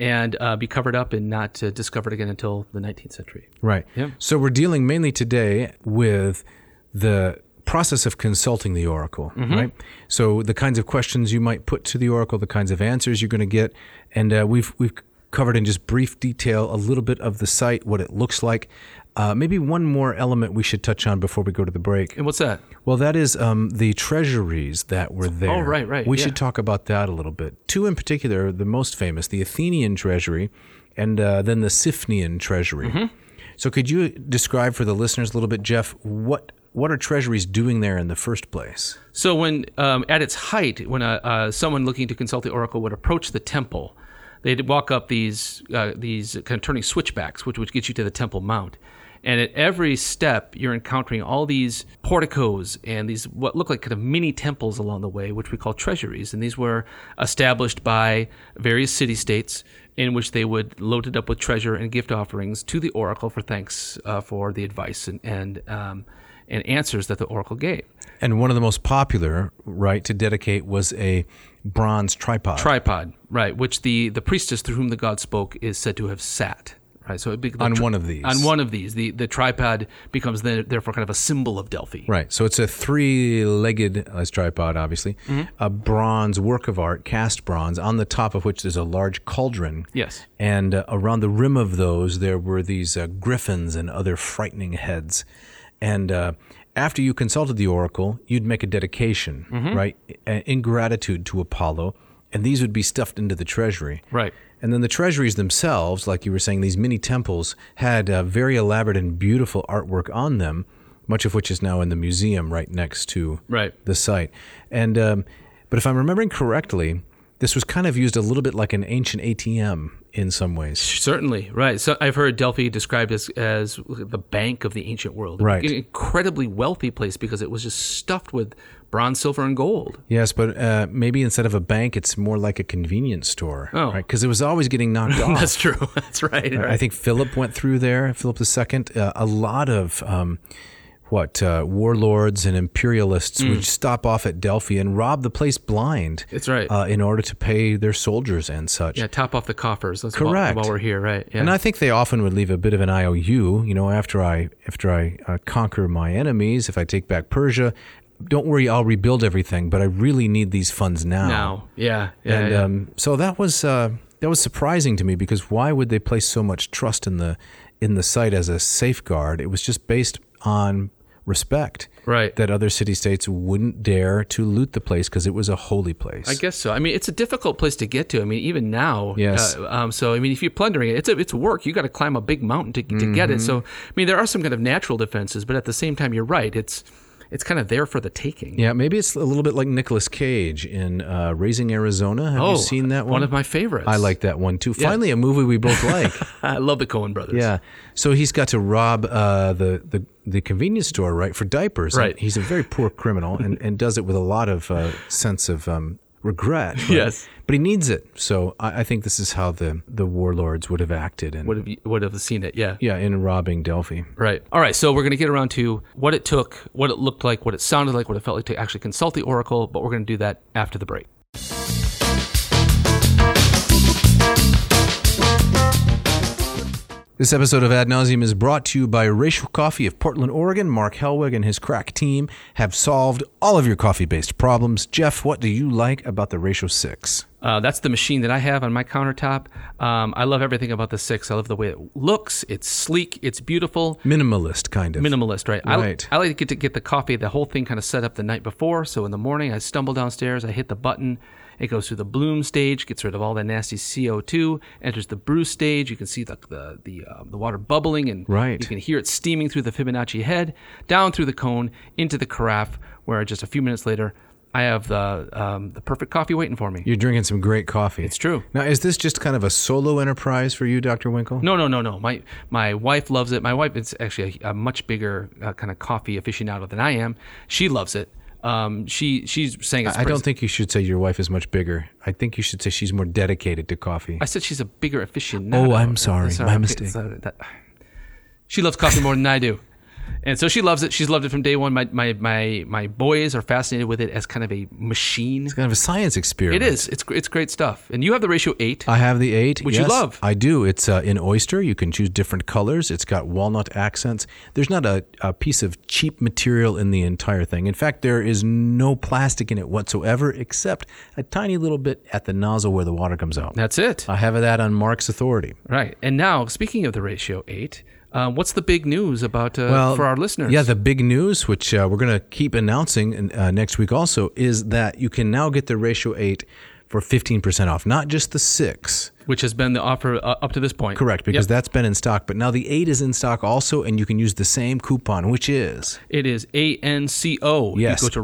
S1: and uh, be covered up and not uh, discovered again until the 19th century.
S2: Right.
S1: Yeah.
S2: So we're dealing mainly today with the process of consulting the oracle,
S1: Mm-hmm.
S2: right? So the kinds of questions you might put to the oracle, the kinds of answers you're going to get, and uh, we've we've covered in just brief detail a little bit of the site, what it looks like. Uh, maybe one more element we should touch on before we go to the break.
S1: And what's that?
S2: Well, that is um, the treasuries that were there.
S1: Oh, right, right,
S2: We
S1: yeah.
S2: should talk about that a little bit. Two in particular, the most famous, the Athenian treasury, and uh, then the Siphonian treasury.
S1: Mm-hmm.
S2: So, could you describe for the listeners a little bit, Jeff, what what are treasuries doing there in the first place?
S1: So when um, at its height, when uh, uh, someone looking to consult the oracle would approach the temple, they'd walk up these uh, these kind of turning switchbacks, which would get you to the Temple Mount. And at every step, you're encountering all these porticos and these what look like kind of mini temples along the way, which we call treasuries. And these were established by various city states in which they would load it up with treasure and gift offerings to the oracle for thanks uh, for the advice and and, um, and answers that the oracle gave.
S2: And one of the most popular, right, to dedicate was a bronze tripod.
S1: tripod, right? Which the the priestess through whom the god spoke is said to have sat, right? So it be,
S2: On one of these.
S1: on one of these, the the tripod becomes then, therefore kind of a symbol of Delphi,
S2: Right. So it's a three legged as tripod, obviously,
S1: Mm-hmm.
S2: a bronze work of art, cast bronze, on the top of which there's a large cauldron.
S1: Yes.
S2: And uh, around the rim of those, there were these uh, griffins and other frightening heads. And uh, after you consulted the oracle, you'd make a dedication,
S1: Mm-hmm.
S2: right, i- in gratitude to Apollo. And these would be stuffed into the treasury.
S1: Right.
S2: And then the treasuries themselves, like you were saying, these mini temples had uh, very elaborate and beautiful artwork on them, much of which is now in the museum right next to
S1: Right.
S2: the site. And um, but if I'm remembering correctly, this was kind of used a little bit like an ancient ATM in some ways.
S1: Certainly, right. So I've heard Delphi described as as the bank of the ancient world,
S2: Right.
S1: An incredibly wealthy place because it was just stuffed with bronze, silver, and gold.
S2: Yes, but uh, maybe instead of a bank, it's more like a convenience store,
S1: Oh.
S2: Because it was always getting knocked off.
S1: That's true. That's right. right.
S2: I think Philip went through there, Philip II. Uh, a lot of um, what uh, warlords and imperialists would stop off at Delphi and rob the place blind.
S1: Mm. That's right.
S2: Uh, in order to pay their soldiers and such.
S1: yeah, top off the coffers. That's while-
S2: Correct.
S1: While, we're here, right? Yeah.
S2: And I think they often would leave a bit of an IOU. You know, after I after I uh, conquer my enemies, if I take back Persia, don't worry, I'll rebuild everything. But I really need these funds now.
S1: now, yeah, yeah,
S2: And
S1: yeah.
S2: um, so that was uh, that was surprising to me because why would they place so much trust in the in the site as a safeguard? It was just based on respect,
S1: Right.
S2: That other city states wouldn't dare to loot the place because it was a holy place.
S1: I guess so. I mean, it's a difficult place to get to. I mean, even now.
S2: Yes.
S1: uh, um, so I mean, if you're plundering it, it's a, it's work. You got to climb a big mountain to, to get it.
S2: Mm-hmm.
S1: So I mean, there are some kind of natural defenses, but at the same time, you're right. It's it's kind of there for the taking.
S2: yeah, maybe it's a little bit like Nicolas Cage in uh, Raising Arizona. Have
S1: Oh,
S2: you seen that one?
S1: of my favorites.
S2: I like that one too. Finally, a movie we both like.
S1: I love the Cohen brothers.
S2: yeah. So he's got to rob uh, the, the the convenience store, right, for diapers.
S1: Right.
S2: He's a very poor criminal and, and does it with a lot of uh, sense of um, regret. right?
S1: Yes.
S2: But he needs it. So I, I think this is how the, the warlords would have acted. And,
S1: Would have would have seen it. Yeah.
S2: yeah, in robbing Delphi.
S1: Right. All right. So we're going to get around to what it took, what it looked like, what it sounded like, what it felt like to actually consult the oracle. But we're going to do that after the break.
S2: This episode of Ad Nauseum is brought to you by Racial Coffee of Portland, Oregon. Mark Helwig and his crack team have solved all of your coffee based problems. Jeff, what do you like about the Ratio 6?
S1: Uh, that's the machine that I have on my countertop. Um, I love everything about the six. I love the way it looks. It's sleek. It's beautiful.
S2: Minimalist, kind of.
S1: Minimalist, right? I,
S2: Right.
S1: I like to get to get the coffee, the whole thing kind of set up the night before. So in the morning, I stumble downstairs. I hit the button. It goes through the bloom stage, gets rid of all that nasty CO2, enters the brew stage. You can see the the the, um, the water bubbling, and
S2: Right.
S1: you can hear it steaming through the Fibonacci head, down through the cone, into the carafe, where just a few minutes later, I have the um, the perfect coffee waiting for me.
S2: You're drinking some great coffee. It's
S1: true.
S2: Now, is this just kind of a solo enterprise for you, Dr. Winkle?
S1: No, no, no, no. My my wife loves it. My wife is actually a, a much bigger uh, kind of coffee aficionado than I am. She loves it. Um, she she's saying it's
S2: I don't
S1: praise-
S2: think you should say your wife is much bigger. I think you should say she's more dedicated to coffee.
S1: I said she's a bigger aficionado.
S2: Oh, I'm sorry. My
S1: okay,
S2: mistake.
S1: sorry, that- She loves coffee more than I do. And so she loves it. She's loved it from day one. My my my my boys are fascinated with it as kind of a machine.
S2: Kind of a science experiment.
S1: It is. It's it's great stuff. And you have the ratio eight.
S2: I have the eight.
S1: Which you
S2: yes,
S1: love.
S2: I do. It's uh, in oyster. You can choose different colors. It's got walnut accents. There's not a, a piece of cheap material in the entire thing. In fact, there is no plastic in it whatsoever, except a tiny little bit at the nozzle where the water comes out.
S1: That's it.
S2: I have that on Mark's authority.
S1: Right. And now, speaking of the ratio eight, um, what's the big news about uh, for our listeners?
S2: Yeah, the big news, which uh, we're going to keep announcing uh, next week also, is that you can now get the Ratio 8 for 15% off, not just the 6.
S1: which has been the offer uh, up to this point.
S2: Correct, because
S1: Yep.
S2: that's been in stock. But now the 8 is in stock also, and you can use the same coupon, which is.
S1: It is ANCO.
S2: Yes.
S1: You go to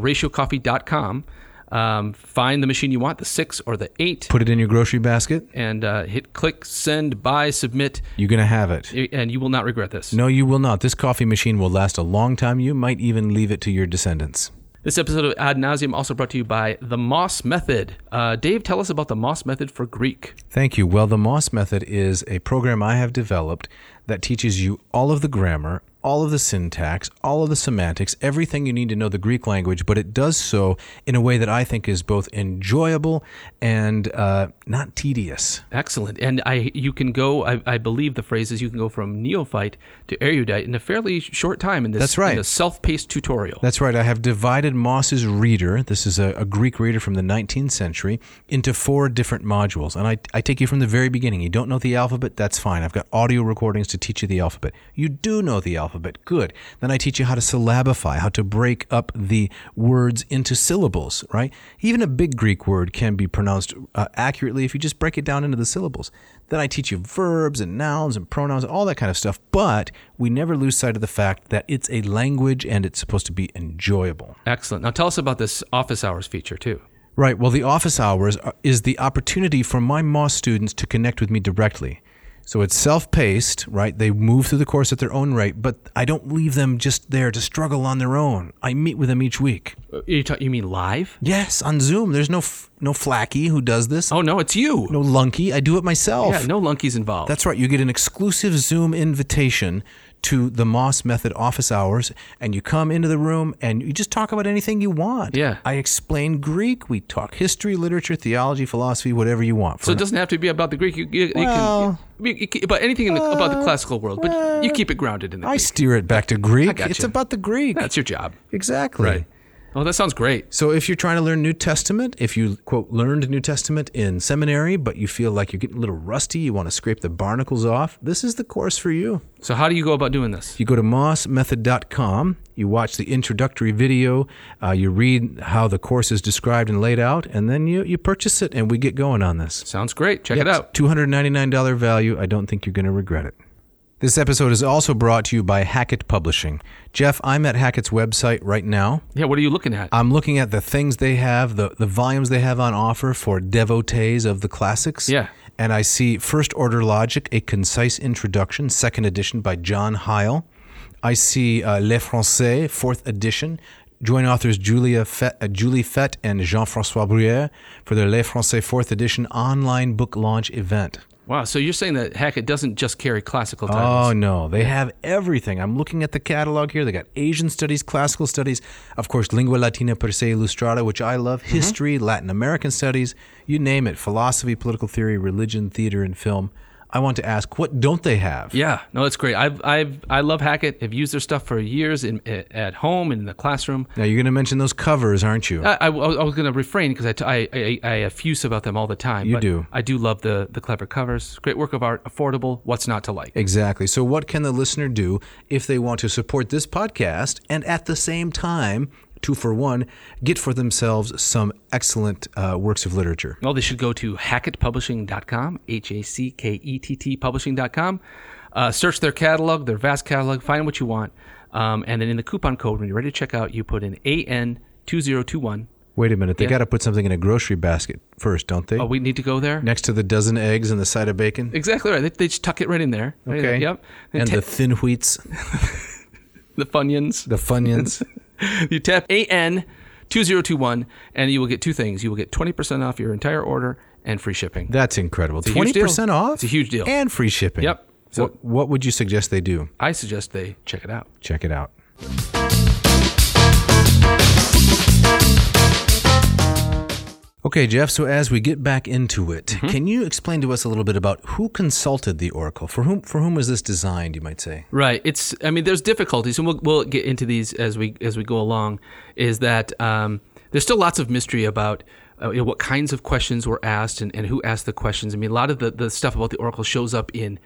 S1: ratiocoffee.com, um, find the machine you want, the six or the eight,
S2: Put it in your grocery basket,
S1: and uh, hit click, send, buy, submit,
S2: you're going to have it.
S1: and you will not regret this.
S2: No, you will not. This coffee machine will last a long time. You might even leave it to your descendants.
S1: This episode of Ad Nauseum also brought to you by the Moss Method. Uh, Dave, tell us about the Moss Method for Greek.
S2: Thank you. Well, the Moss Method is a program I have developed that teaches you all of the grammar, all of the syntax, all of the semantics, everything you need to know the Greek language, but it does so in a way that I think is both enjoyable and uh, not tedious.
S1: Excellent. And I, you can go. I, I believe the phrase is you can go from neophyte to erudite in a fairly short time. In this,
S2: That's right.
S1: In a self-paced tutorial.
S2: That's right. I have divided Moss's reader, this is a, a Greek reader from the 19th century, into four different modules. And I, I take you from the very beginning. You don't know the alphabet? That's fine. I've got audio recordings to teach you the alphabet. You do know the alphabet? Good. Then I teach you how to syllabify, how to break up the words into syllables, right? Even a big Greek word can be pronounced uh, accurately if you just break it down into the syllables. Then I teach you verbs and nouns and pronouns, all that kind of stuff. But we never lose sight of the fact that it's a language and it's supposed to be enjoyable.
S1: Excellent. Now tell us about this office hours feature too.
S2: Right. Well, the office hours are, is the opportunity for my Moss students to connect with me directly. So it's self paced, right? They move through the course at their own rate, but I don't leave them just there to struggle on their own. I meet with them each week.
S1: Uh, You, ta- you mean live?
S2: Yes, on Zoom. There's no f- no Flacky who does this.
S1: Oh no, it's you.
S2: No Lunky. I do it myself.
S1: Yeah, no lunkies involved.
S2: That's right. You get an exclusive Zoom invitation to the Moss Method office hours, and you come into the room and you just talk about anything you want.
S1: Yeah.
S2: I explain Greek. We talk history, literature, theology, philosophy, whatever you want.
S1: so
S2: For-
S1: it doesn't have to be about the Greek. You, you, you
S2: Well, Uh,
S1: can, you, you can- about anything in the, about the classical world, but you keep it grounded in the
S2: I
S1: Greek.
S2: steer it back to Greek.
S1: gotcha.
S2: It's about the Greek.
S1: That's your job.
S2: exactly.
S1: Right. Oh, that sounds great.
S2: So if you're trying to learn New Testament, if you quote learned New Testament in seminary, but you feel like you're getting a little rusty, you want to scrape the barnacles off, this is the course for you.
S1: So how do you go about doing this?
S2: You go to mossmethod.com, you watch the introductory video, uh, you read how the course is described and laid out, and then you, you purchase it and we get going on this.
S1: Sounds great. Check it
S2: It's
S1: out.
S2: $299 value. I don't think you're going to regret it. This episode is also brought to you by Hackett Publishing. Jeff, I'm at Hackett's website right now.
S1: Yeah. What are you looking at?
S2: I'm looking at the things they have, the, the volumes they have on offer for devotees of the classics.
S1: Yeah.
S2: And I see First Order Logic, A Concise Introduction, second edition by John Heil. I see uh, Les Français, fourth edition. Joint authors Julia Fett, uh, Julie Fett and Jean Francois Bruyere for their Les Français fourth edition online book launch event.
S1: wow. So you're saying that Hackett doesn't just carry classical titles?
S2: Oh no, they have everything. I'm looking at the catalog here. They got Asian studies, classical studies, of course, lingua latina per se illustrata, which I love, history, Latin American studies, you name it, philosophy, political theory, religion, theater, and film. I want to ask, what don't they have?
S1: Yeah, no, that's great. I've, I've, I love Hackett. I've used their stuff for years in at at home and in the classroom.
S2: Now you're going to mention those covers, aren't you?
S1: I, I, I was going to refrain because I, t- I, I, I effuse about them all the time.
S2: You
S1: but
S2: do.
S1: I do love the the clever covers. Great work of art. Affordable. What's not to like?
S2: Exactly. So, what can the listener do if they want to support this podcast and at the same time, two for one, get for themselves some excellent uh, works of literature?
S1: Well, they should go to hackettpublishing.com, H A C K E T T publishing.com. Uh, search their catalog, their vast catalog, find what you want. Um, and then in the coupon code, when you're ready to check out, you put in AN2021.
S2: Wait a minute. They
S1: Yeah.
S2: got to put something in a grocery basket first, don't they?
S1: Oh, we need to go there?
S2: Next to the dozen eggs and the side of bacon.
S1: Exactly right. They, they just tuck it right in there. Right there. Yep.
S2: And
S1: ta-
S2: the thin wheats,
S1: the Funyuns.
S2: the funyuns.
S1: you tap AN2021 and you will get two things. You will get 20% off your entire order and free shipping.
S2: That's incredible.
S1: a huge
S2: Twenty
S1: deal.
S2: percent off.
S1: It's a huge deal.
S2: And free shipping.
S1: Yep. So
S2: what, what would you suggest they do?
S1: I suggest they check it out.
S2: Check it out. Okay, Jeff, so as we get back into it,
S1: Mm-hmm.
S2: can you explain to us a little bit about who consulted the Oracle? For whom for whom was this designed, you might say?
S1: Right. It's. I mean, there's difficulties, and we'll we'll get into these as we as we go along. Is that um, there's still lots of mystery about uh, you know, what kinds of questions were asked and, and who asked the questions. I mean, a lot of the, the stuff about the oracle shows up in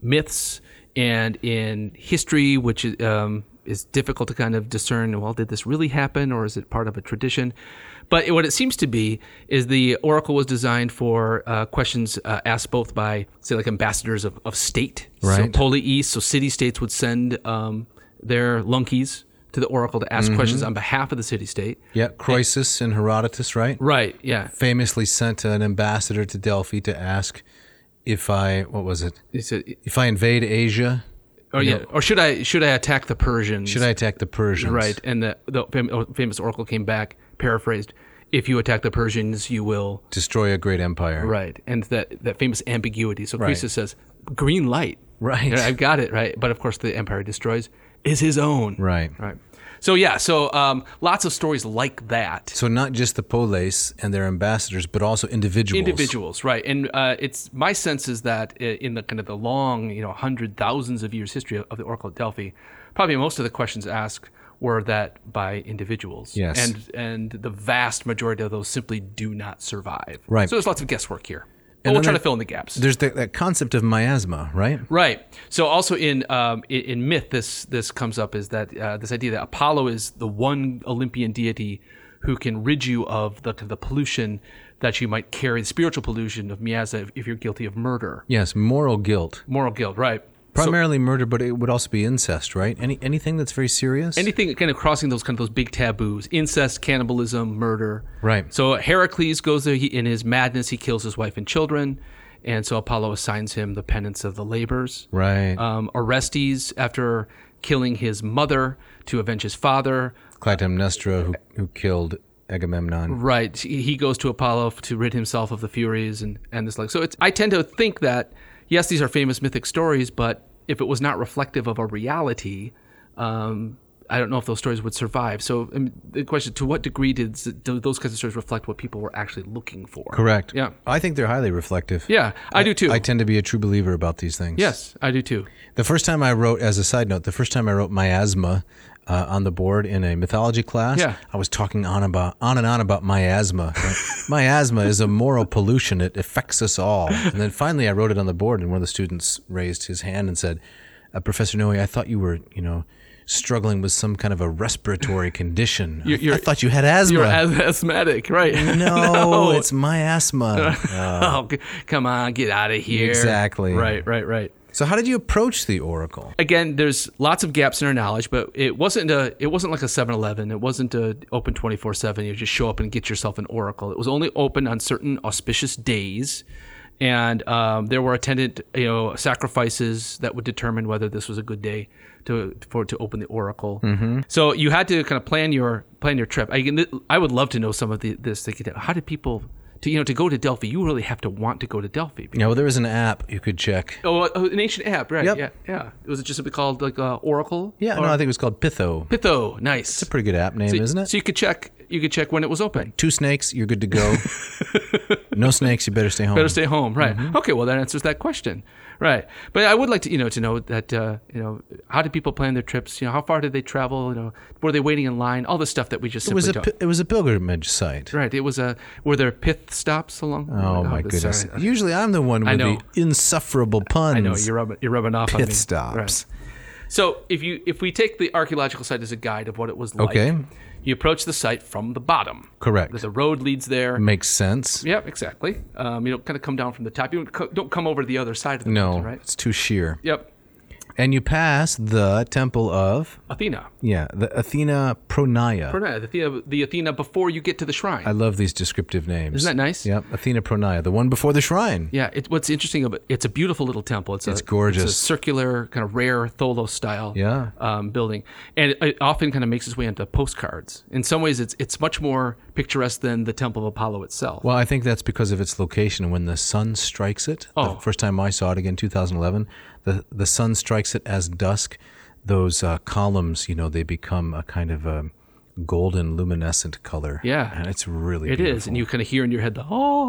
S1: myths and in history, which is, um, is difficult to kind of discern. Well, did this really happen, or is it part of a tradition? But what it seems to be is the oracle was designed for uh, questions uh, asked both by, say, like ambassadors of, of state, so
S2: Right.
S1: polis, so city-states would send um, their lunkies to the oracle to ask questions on behalf of the city-state.
S2: Yeah, Croesus and Herodotus, right?
S1: Right. Yeah.
S2: Famously sent an ambassador to Delphi to ask if I what was it?
S1: It's a,
S2: If I invade Asia,
S1: or oh, yeah. Or should I should I attack the Persians?
S2: should I attack the Persians?
S1: Right. And the the fam- oh, famous oracle came back paraphrased. If you attack the Persians, you will.
S2: Destroy a great empire.
S1: Right. And that that famous ambiguity. So Croesus says green light.
S2: Right.
S1: Yeah, I've got it right. But of course, the empire destroys is his own.
S2: Right.
S1: Right. So yeah. So um, lots of stories like that.
S2: So not just the polis and their ambassadors, but also individuals.
S1: individuals right and uh, it's my sense is that i- in the kind of the long you know hundred thousands of years history of, of the oracle at delphi probably most of the questions asked were that by individuals
S2: Yes.
S1: and and the vast majority of those simply do not survive
S2: Right.
S1: so there's lots of guesswork here but
S2: And
S1: we'll
S2: then
S1: try
S2: there-
S1: to fill in the gaps
S2: There's the, that concept of miasma, right?
S1: Right. So also in um, in, in myth, this this comes up is that uh, this idea that Apollo is the one Olympian deity who can rid you of the the pollution that you might carry, the spiritual pollution of miasma, if, if you're guilty of murder,
S2: Yes, moral guilt.
S1: moral guilt. Right. So
S2: Primarily murder, but it would also be incest, right? Any anything that's very serious.
S1: anything kind of crossing those kind of those big taboos: incest, cannibalism, murder.
S2: Right.
S1: So Heracles goes there he, in his madness. He kills his wife and children, and so Apollo assigns him the penance of the labors.
S2: right.
S1: um, Orestes after killing his mother to avenge his father.
S2: Clytemnestra, who, who killed Agamemnon.
S1: Right, he he goes to Apollo to rid himself of the Furies and and this like. So it's I tend to think that yes, these are famous mythic stories, but if it was not reflective of a reality. Um, I don't know if those stories would survive. So I mean, the question: To what degree did s- do those kinds of stories reflect what people were actually looking for?
S2: Correct.
S1: Yeah.
S2: I think they're highly reflective.
S1: Yeah, I, do too.
S2: I tend to be a true believer about these things.
S1: yes, I do too.
S2: The first time I wrote, as a side note, the first time I wrote miasma uh, on the board in a mythology class,
S1: Yeah.
S2: I was talking on about on and on about miasma. right? miasma is a moral pollution; it affects us all. And then finally, I wrote it on the board, and one of the students raised his hand and said, uh, "Professor Noe, I thought you were, you know." Struggling with some kind of a respiratory condition. I-
S1: you're-
S2: I thought you had asthma.
S1: You're asth- asthmatic, right?
S2: no, it's miasma.
S1: oh, g- come on, get out of here.
S2: Exactly.
S1: Right, right, right.
S2: so, how did you approach the oracle?
S1: Again, there's lots of gaps in our knowledge, but it wasn't a it wasn't like a 7-Eleven. It wasn't a open 24/7. You just show up and get yourself an oracle. It was only open on certain auspicious days. And um, there were attendant, you know, sacrifices that would determine whether this was a good day to for to open the oracle. So you had to kind of plan your plan your trip. I can- I would love to know some of the this. Thinking, how did people to you know to go to Delphi? You really have to want to go to Delphi.
S2: You know, there was an app you could check.
S1: Oh, uh, an ancient app, right?
S2: Yep.
S1: Yeah, yeah. Was it just called like uh, Oracle?
S2: Yeah,
S1: Or-
S2: no, I think it was called Pitho.
S1: Pitho. Nice.
S2: Pretty good app name,
S1: So-
S2: isn't it?
S1: So you could check. You could check when it was open.
S2: Two snakes, you're good to go. no snakes, you better stay home.
S1: Better stay home, right?
S2: Mm-hmm.
S1: Okay, well that answers that question, right? But I would like to, you know, to know that, uh, you know, how did people plan their trips? You know, how far did they travel? You know, were they waiting in line? All this stuff that we just
S2: it was
S1: simply
S2: a
S1: don't.
S2: pi- it was a pilgrimage site.
S1: right. It was a. Were there pith stops along?
S2: Oh my
S1: this-
S2: goodness!
S1: sorry.
S2: Usually I'm the one with the
S1: know.
S2: insufferable puns.
S1: I know you're rubbing, you're rubbing off on me.
S2: Pith stops.
S1: Right. So if you if we take the archaeological site as a guide of what it was like,
S2: Okay.
S1: you approach the site from the bottom.
S2: Correct.
S1: The road leads there.
S2: Makes sense.
S1: Yep, exactly. Um, you don't kind of come down from the top. You don't, co- don't come over to the other side of the
S2: No,
S1: mountain, right?
S2: it's too sheer.
S1: Yep.
S2: And you pass the temple of
S1: Athena.
S2: yeah, the Athena Pronia.
S1: Or no, the Athena, the Athena before you get to the shrine.
S2: I love these descriptive names.
S1: Isn't that nice?
S2: Yep, Athena Pronia, the one before the shrine.
S1: yeah. It, what's interesting about it's a beautiful little temple. It's,
S2: It's
S1: a,
S2: gorgeous.
S1: It's a circular kind of rare Tholos style.
S2: Yeah.
S1: Um, building, and it, it often kind of makes its way into postcards. In some ways, it's it's much more picturesque than the Temple of Apollo itself.
S2: Well, I think that's because of its location. When the sun strikes it,
S1: Oh.
S2: the first time I saw it again, 2011, the, the sun strikes it as dusk. Those uh, columns, you know, they become a kind of a golden luminescent color.
S1: Yeah.
S2: And it's really
S1: It is, and you kind of hear in your head the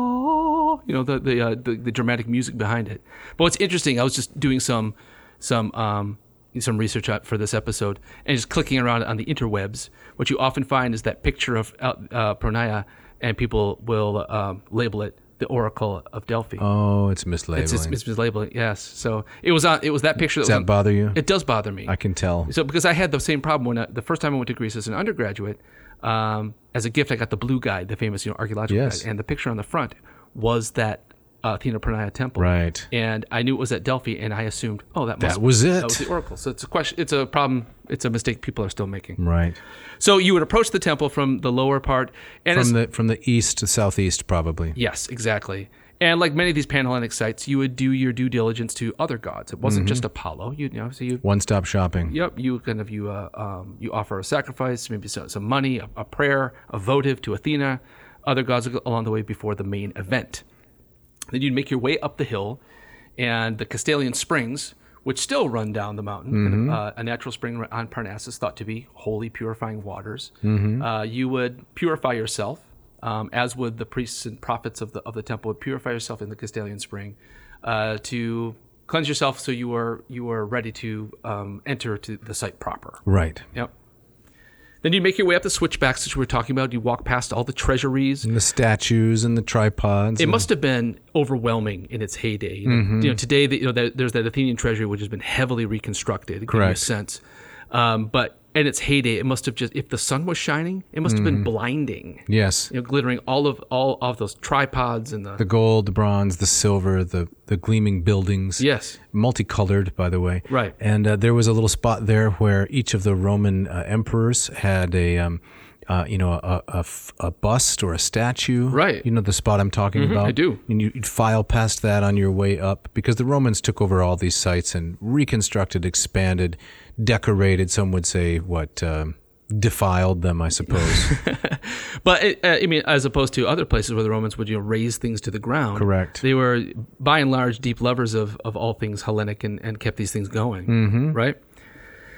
S1: oh, you know, the the, uh, the the dramatic music behind it. But what's interesting, I was just doing some some um, some research up for this episode, and just clicking around on the interwebs. What you often find is that picture of uh, uh, Pranaya, and people will um, label it the Oracle of Delphi.
S2: Oh, it's mislabeling.
S1: It's, it's, it's mislabeling, yes. So it was on. It was that picture. That was
S2: Does that
S1: on-
S2: bother you?
S1: It does bother me.
S2: I can tell.
S1: So because I had the same problem when I, the first time I went to Greece as an undergraduate, um, as a gift I got the blue guide, the famous you know archaeological
S2: Yes.
S1: guide, and the picture on the front was that uh, Athena Pranaya temple,
S2: Right.
S1: And I knew it was at Delphi, and I assumed, oh, that must
S2: That was it.
S1: That was the oracle. So it's a question. It's a problem. It's a mistake people are still making.
S2: Right.
S1: So you would approach the temple from the lower part, and it's,
S2: From the from the east to southeast probably.
S1: Yes, exactly. And like many of these Panhellenic sites, you would do your due diligence to other gods. It wasn't
S2: Mm-hmm.
S1: just Apollo. You, know, so you,
S2: One-stop shopping.
S1: yep, you kind of you uh, um, you offer a sacrifice, maybe some, some money, a, a prayer, a votive to Athena, other gods along the way before the main event. Then you'd make your way up the hill, and the Castalian Springs, which still run down the mountain, kind of, uh, a natural spring on Parnassus, thought to be holy, purifying waters. Uh, you would purify yourself, um, as would the priests and prophets of the of the temple would purify yourself in the Castalian spring uh, to cleanse yourself, so you are you are ready to um, enter to the site proper.
S2: Right.
S1: Yep. Then you make your way up the switchbacks, which we were talking about. You walk past all the treasuries.
S2: And the statues and the tripods.
S1: It
S2: and-
S1: must have been overwhelming in its heyday. You know, You know, today the, you know there- there's that Athenian treasury which has been heavily reconstructed.
S2: Correct.
S1: In a sense, um, but in its heyday, it must have just if the sun was shining, it must have been blinding.
S2: Yes.
S1: You know, glittering all of all of those tripods and the,
S2: The gold, the bronze, the silver, the the gleaming buildings.
S1: yes,
S2: multicolored, by the way.
S1: Right.
S2: And uh, there was a little spot there where each of the Roman uh, emperors had a, um, uh, you know, a, a f- a bust or a statue.
S1: Right. Mm-hmm.
S2: You know the spot I'm talking about.
S1: I do.
S2: And you- you'd file past that on your way up because the Romans took over all these sites and reconstructed, expanded, decorated. Some would say what. Um, defiled them i suppose
S1: But it, uh, I mean, as opposed to other places where the Romans would you know raise things to the ground,
S2: Correct.
S1: They were by and large deep lovers of of all things Hellenic and, and kept these things going, mm-hmm. right?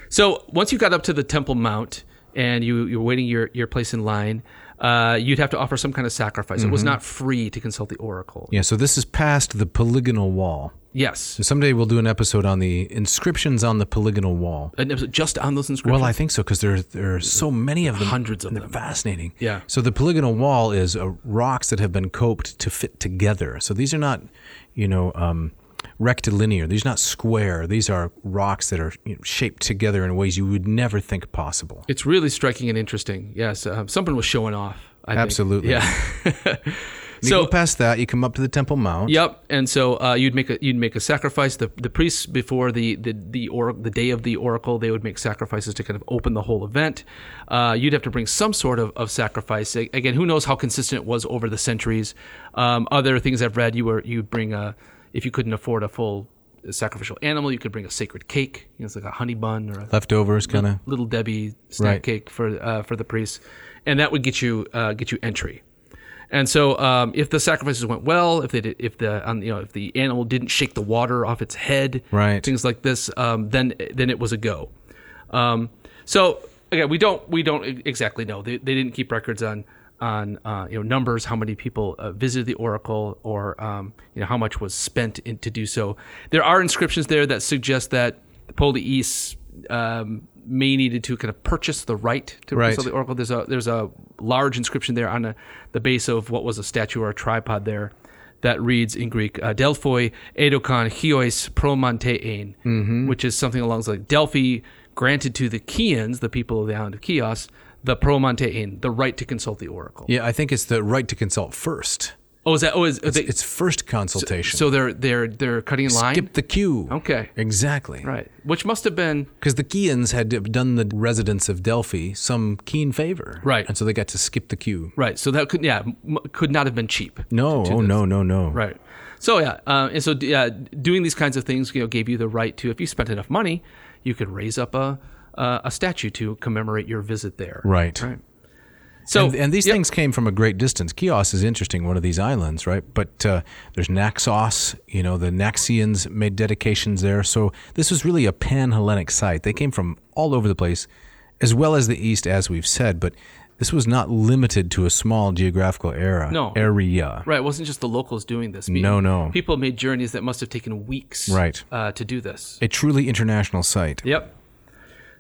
S1: So once you got up to the Temple Mount and you you're waiting your your place in line, uh, you'd have to offer some kind of sacrifice. It was not free to consult the oracle.
S2: Mm-hmm. yeah so this is past the polygonal wall
S1: Yes,
S2: so someday we'll do an episode on the inscriptions on the polygonal wall
S1: and it was just on those inscriptions.
S2: Well, I think so because there there are so many of them,
S1: Hundreds of
S2: and they're
S1: them.
S2: fascinating.
S1: Yeah.
S2: So the polygonal wall is uh, rocks that have been coped to fit together. So these are not, you know, um, rectilinear. These are not square. These are rocks that are you know, shaped together in ways you would never think possible.
S1: It's really striking and interesting. Yes, um, someone was showing off. I think.
S2: Absolutely.
S1: Yeah.
S2: You go past that, you come up to the Temple Mount.
S1: Yep. And so uh, you'd make a you'd make a sacrifice. The the priests before the the the, or, the day of the oracle, they would make sacrifices to kind of open the whole event. Uh, you'd have to bring some sort of, of sacrifice. A- Again, who knows how consistent it was over the centuries. Um, other things I've read, you were you'd bring a if you couldn't afford a full sacrificial animal, you could bring a sacred cake. You know, it's like a honey bun or a
S2: Leftovers, kind of.
S1: little Debbie snack
S2: Right.
S1: cake for uh, for the priests, and that would get you uh, get you entry. And so, um, if the sacrifices went well, if they did, if the um, you know if the animal didn't shake the water off its head,
S2: Right.
S1: things like this, um, then then it was a go. Um, so again, we don't we don't e- exactly know. They, they didn't keep records on on uh, you know numbers, how many people uh, visited the oracle, or um, you know how much was spent in, to do so. There are inscriptions there that suggest that the police um, may needed to kind of purchase the right to
S2: Right.
S1: consult the oracle. There's a there's a large inscription there on a, the base of what was a statue or a tripod there. That reads in Greek, uh, Delphoi Edokan Hiois Promantein,
S2: Mm-hmm.
S1: which is something along the like Delphi granted to the Chians, the people of the island of Chios, the Promantein, the right to consult the oracle.
S2: Yeah, I think it's the right to consult first.
S1: Oh, is that? Oh, is they,
S2: It's first consultation.
S1: so they're they're they're cutting in line,
S2: skip the queue.
S1: Okay.
S2: Exactly.
S1: right? Which must have been
S2: Because the Chians had done the residents of Delphi some keen favor.
S1: Right.
S2: And so they got to skip the queue.
S1: right. So that could yeah m- could not have been cheap.
S2: No, oh, no, no, no.
S1: Right. So yeah, uh, and so yeah, doing these kinds of things, you know, gave you the right to, if you spent enough money, you could raise up a uh, a statue to commemorate your visit there.
S2: Right.
S1: Right. So-
S2: and, and these
S1: yep.
S2: things came from a great distance. Chios is interesting, one of these islands, right? But uh, there's Naxos. You know, the Naxians made dedications there. So this was really a pan-Hellenic site. They came from all over the place, as well as the East, as we've said. But this was not limited to a small geographical era.
S1: No.
S2: area.
S1: Right, it wasn't just the locals doing this.
S2: No, no.
S1: People made journeys that must have taken weeks
S2: Right.
S1: uh, to do this.
S2: A truly international site.
S1: Yep.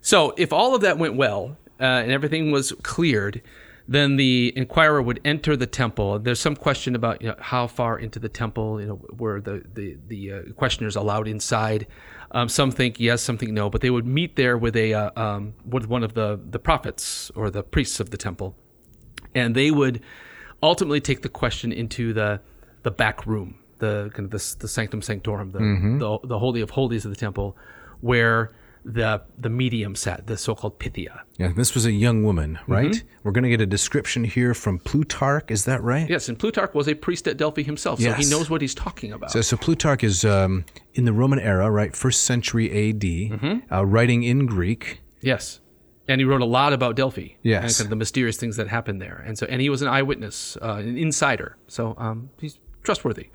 S1: So if all of that went well uh, and everything was cleared, then the inquirer would enter the temple. There's some question about you know, how far into the temple, you know, were the the the uh, questioners allowed inside? Um, some think yes, some think no, but they would meet there with a uh, um, with one of the the prophets or the priests of the temple, and they would ultimately take the question into the the back room, the kind of the, the sanctum sanctorum, the,
S2: Mm-hmm.
S1: the the holy of holies of the temple, where the the medium sat, the so-called Pythia.
S2: Yeah, this was a young woman,
S1: Mm-hmm.
S2: right? We're going to get a description here from Plutarch. Is that right?
S1: Yes, and Plutarch was a priest at Delphi himself, so
S2: Yes.
S1: he knows what he's talking about.
S2: So, so Plutarch is um, in the Roman era, right? First century AD,
S1: Mm-hmm.
S2: uh, writing in Greek.
S1: yes. And he wrote a lot about Delphi.
S2: Yes.
S1: And kind of the mysterious things that happened there. And so, and he was an eyewitness, uh, an insider. So um, he's trustworthy.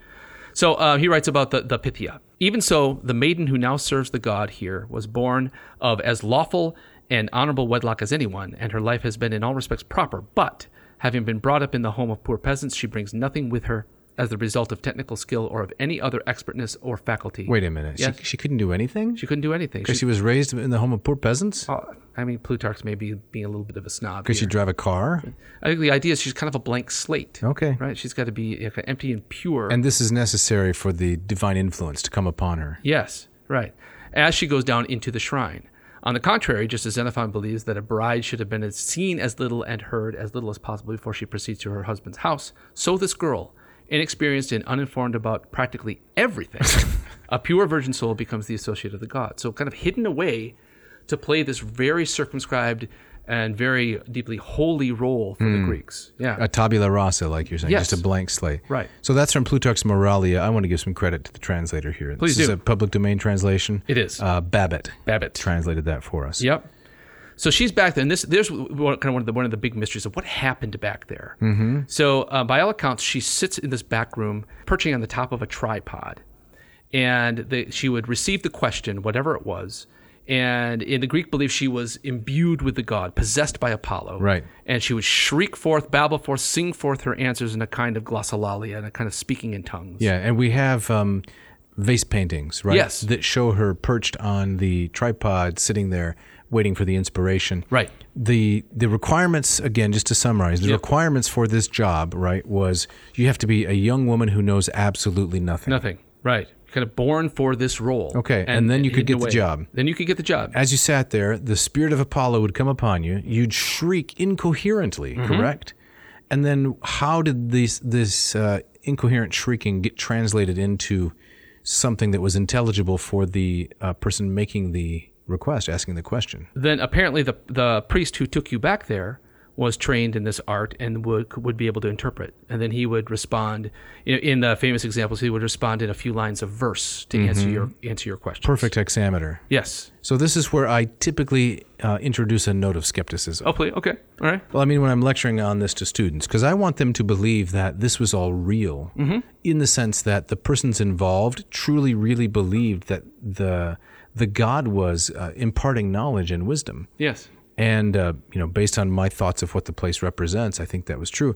S1: So uh, he writes about the, the Pythia. Even so, the maiden who now serves the god here was born of as lawful and honorable wedlock as anyone, and her life has been in all respects proper. But having been brought up in the home of poor peasants, she brings nothing with her as the result of technical skill or of any other expertness or faculty.
S2: Wait a minute.
S1: Yes.
S2: She, she couldn't do anything?
S1: She couldn't do anything.
S2: Because she was raised in the home of poor peasants? Because
S1: Uh, I mean, Plutarch's maybe being a little bit of a snob.
S2: she
S1: here.
S2: drive a car?
S1: I think the idea is she's kind of a blank slate.
S2: Okay.
S1: Right? She's got to be like, empty and pure.
S2: And this is necessary for the divine influence to come upon her.
S1: yes, right. As she goes down into the shrine. On the contrary, just as Xenophon believes that a bride should have been as- seen as little and heard as little as possible before she proceeds to her husband's house, so this girl, inexperienced and uninformed about practically everything, a pure virgin soul becomes the associate of the god. So, kind of hidden away to play this very circumscribed and very deeply holy role for the Greeks. Yeah.
S2: A tabula rasa, like you're saying,
S1: Yes.
S2: just a blank slate.
S1: Right.
S2: So that's from Plutarch's Moralia. I want to give some credit to the translator here.
S1: Please
S2: this
S1: do.
S2: is a public domain translation.
S1: It is.
S2: Uh, Babbitt
S1: Babbitt.
S2: translated that for us.
S1: Yep. So she's back there, and this there's one, kind of one of the one of the big mysteries of what happened back there. Mm-hmm. So uh, by all accounts, she sits in this back room, perching on the top of a tripod, and they, she would receive the question, whatever it was. And in the Greek belief, she was imbued with the god, possessed by Apollo.
S2: Right.
S1: And she would shriek forth, babble forth, sing forth her answers in a kind of glossolalia, and a kind of speaking in tongues.
S2: Yeah, and we have um, vase paintings, right?
S1: Yes.
S2: That show her perched on the tripod, sitting there, waiting for the inspiration.
S1: Right.
S2: The the requirements again, just to summarize, the
S1: Yep.
S2: requirements for this job, right, was you have to be a young woman who knows absolutely nothing.
S1: Nothing. Right. Kind of born for this role.
S2: Okay, and then you could
S1: hidden
S2: get the job.
S1: Then you could get the job.
S2: As you sat there, the spirit of Apollo would come upon you. You'd shriek incoherently, correct? And then, how did this this uh, incoherent shrieking get translated into something that was intelligible for the uh, person making the request, asking the question?
S1: then apparently the the priest who took you back there was trained in this art and would would be able to interpret. And then he would respond in, in the famous examples. He would respond in a few lines of verse to answer your answer your question.
S2: Mm-hmm. Perfect hexameter.
S1: Yes.
S2: So this is where I typically uh, introduce a note of skepticism.
S1: Hopefully. Oh, Okay. All right.
S2: Well, I mean, when I'm lecturing on this to students, because I want them to believe that this was all real in the sense that the persons involved truly, really believed that the the God was uh, imparting knowledge and wisdom.
S1: Yes.
S2: And, uh, you know, based on my thoughts of what the place represents, I think that was true.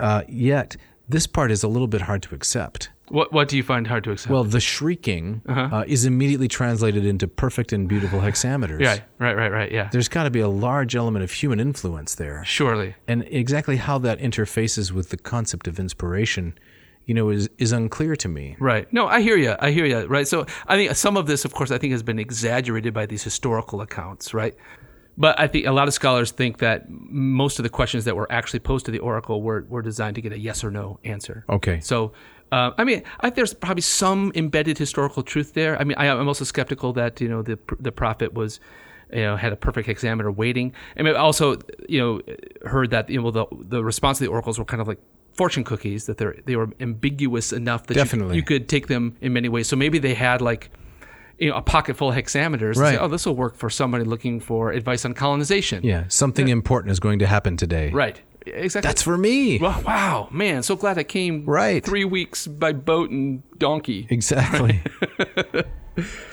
S2: Uh, yet, this part is a little bit hard to accept.
S1: What What do you find hard to accept?
S2: Well, the shrieking uh is immediately translated into perfect and beautiful hexameters.
S1: right. Right. Right. Right. Yeah.
S2: There's got to be a large element of human influence there
S1: Surely.
S2: and exactly how that interfaces with the concept of inspiration you know is is unclear to me
S1: Right. No, I hear you. I hear you. Right. So I think some of this, of course, I think has been exaggerated by these historical accounts. Right. But I think a lot of scholars think that most of the questions that were actually posed to the oracle were, were designed to get a yes or no answer.
S2: okay
S1: So, uh, I mean, I, there's probably some embedded historical truth there. I mean, I, I'm also skeptical that you know the pr- the prophet was, you know, had a perfect examiner waiting. I mean, I also you know heard that you know the the response to the oracles were kind of like fortune cookies that they are they were ambiguous enough that you-
S2: Definitely.
S1: You, could take them in many ways. So maybe they had like. You know, a pocket full of hexameters. and say,
S2: Right.
S1: oh, this will work for somebody looking for advice on colonization.
S2: yeah something important is going to happen today
S1: Right. Exactly.
S2: That's for me.
S1: Well, wow, man! So glad I came.
S2: Right.
S1: Three weeks by boat and donkey.
S2: Exactly.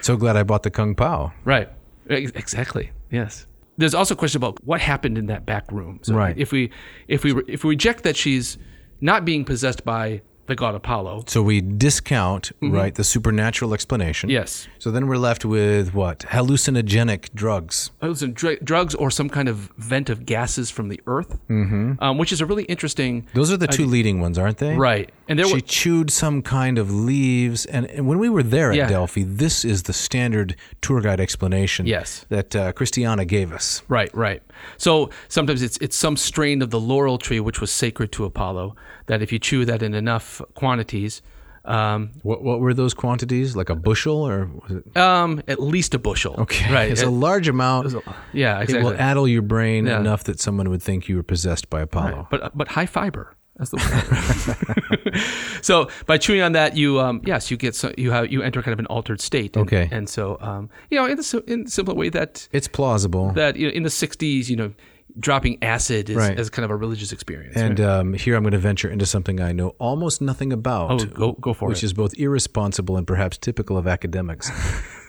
S2: so glad I bought the Kung Pao.
S1: Right. Ex- Exactly. Yes. There's also a question about what happened in that back room. So
S2: Right.
S1: If we if we if we reject that she's not being possessed by the god Apollo.
S2: So we discount, right, the supernatural explanation.
S1: Mm-hmm. Yes.
S2: So then we're left with what? Hallucinogenic drugs.
S1: Oh, some dr- drugs or some kind of vent of gases from the earth, mm-hmm. um, which is a really interesting.
S2: Those are the two leading ones, aren't they?
S1: Right. And there
S2: she
S1: were
S2: chewed some kind of leaves, and, and when we were there at
S1: Yeah.
S2: Delphi, this is the standard tour guide explanation.
S1: Yes.
S2: that uh, Christiana gave us.
S1: Right, right. So sometimes it's it's some strain of the laurel tree which was sacred to Apollo that if you chew that in enough quantities, um,
S2: What what were those quantities? Like a bushel, or was it?
S1: um, at least a bushel.
S2: Okay,
S1: right.
S2: It's a large amount.
S1: yeah,
S2: It
S1: exactly.
S2: will addle your brain
S1: Yeah.
S2: enough that someone would think you were possessed by Apollo.
S1: but but high fiber. That's the word. so by chewing on that, you um, yes, you get so, you have you enter kind of an altered state. And,
S2: Okay.
S1: And so um, you know in a si- in a similar way that
S2: It's plausible.
S1: that you know in the '60s, you know, dropping acid is,
S2: Right.
S1: is kind of a religious experience.
S2: and um, here I'm going to venture into something I know almost nothing about.
S1: Oh, go- go for
S2: Which
S1: it.
S2: is both irresponsible and perhaps typical of academics.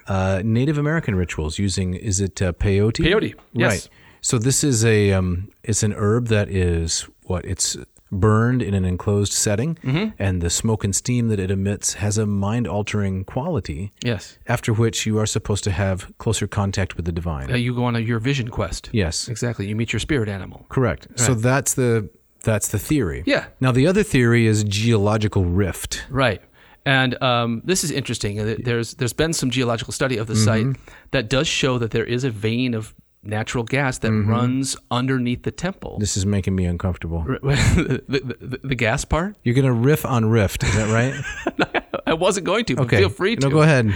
S2: uh, Native American rituals using, is it uh, peyote?
S1: Peyote, yes.
S2: Right. So this is a, um, it's an herb that is what? It's burned in an enclosed setting,
S1: Mm-hmm.
S2: and the smoke and steam that it emits has a mind altering quality.
S1: yes.
S2: After which you are supposed to have closer contact with the divine.
S1: Uh, you go on a, your vision quest.
S2: Yes.
S1: Exactly. You meet your spirit animal.
S2: Correct. So that's the that's the theory.
S1: Yeah.
S2: Now the other theory is geological rift.
S1: Right. And um, this is interesting. Uh, There's there's been some geological study of the
S2: Mm-hmm.
S1: site that does show that there is a vein of natural gas that runs underneath the temple.
S2: Mm-hmm. This is making me uncomfortable.
S1: the, the, the gas part?
S2: You're gonna riff on rift, is that right?
S1: I wasn't going to, but
S2: Okay.
S1: feel free to.
S2: No, go ahead.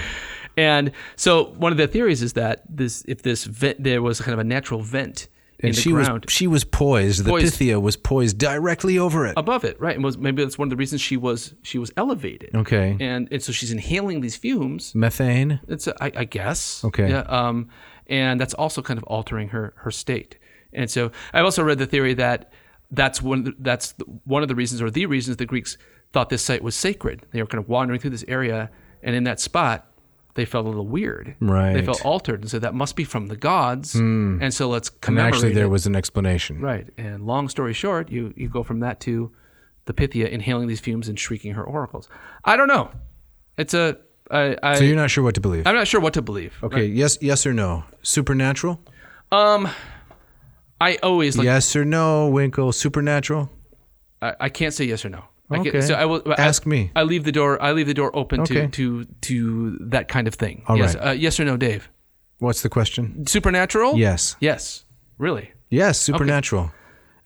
S1: And so one of the theories is that this if this vent there was kind of a natural vent in
S2: And
S1: the
S2: she
S1: ground.
S2: was she was poised. The
S1: Poised.
S2: Pythia was poised directly over it.
S1: above it, right? And was maybe that's one of the reasons she was she was elevated.
S2: Okay.
S1: And and so she's inhaling these fumes.
S2: Methane.
S1: It's a, I, I guess.
S2: Okay.
S1: Yeah. Um, and that's also kind of altering her her state. And so I've also read the theory that that's one of the- that's the- one of the reasons or the reasons the Greeks thought this site was sacred. They were kind of wandering through this area, and in that spot. They felt a little weird. They
S2: Right. Hmm.
S1: felt altered, and so that must be from the gods. And so let's
S2: And
S1: commemorate.
S2: actually there
S1: it.
S2: was an explanation.
S1: Right. And long story short, you, you go from that to the Pythia inhaling these fumes and shrieking her oracles. I don't know. It's a I, I
S2: So you're not sure what to believe.
S1: I'm not sure what to believe.
S2: okay, yes yes or no. Supernatural?
S1: I always like
S2: yes or no, Winkle. Supernatural?
S1: I, I can't say yes or no. I can't-
S2: Okay.
S1: so I will I-
S2: Ask me.
S1: I leave the door I leave the door open to,
S2: Okay.
S1: to to that kind of thing.
S2: All
S1: yes,
S2: right.
S1: uh, yes or no, Dave.
S2: What's the question?
S1: Supernatural?
S2: Yes.
S1: Yes. Really?
S2: Yes, supernatural.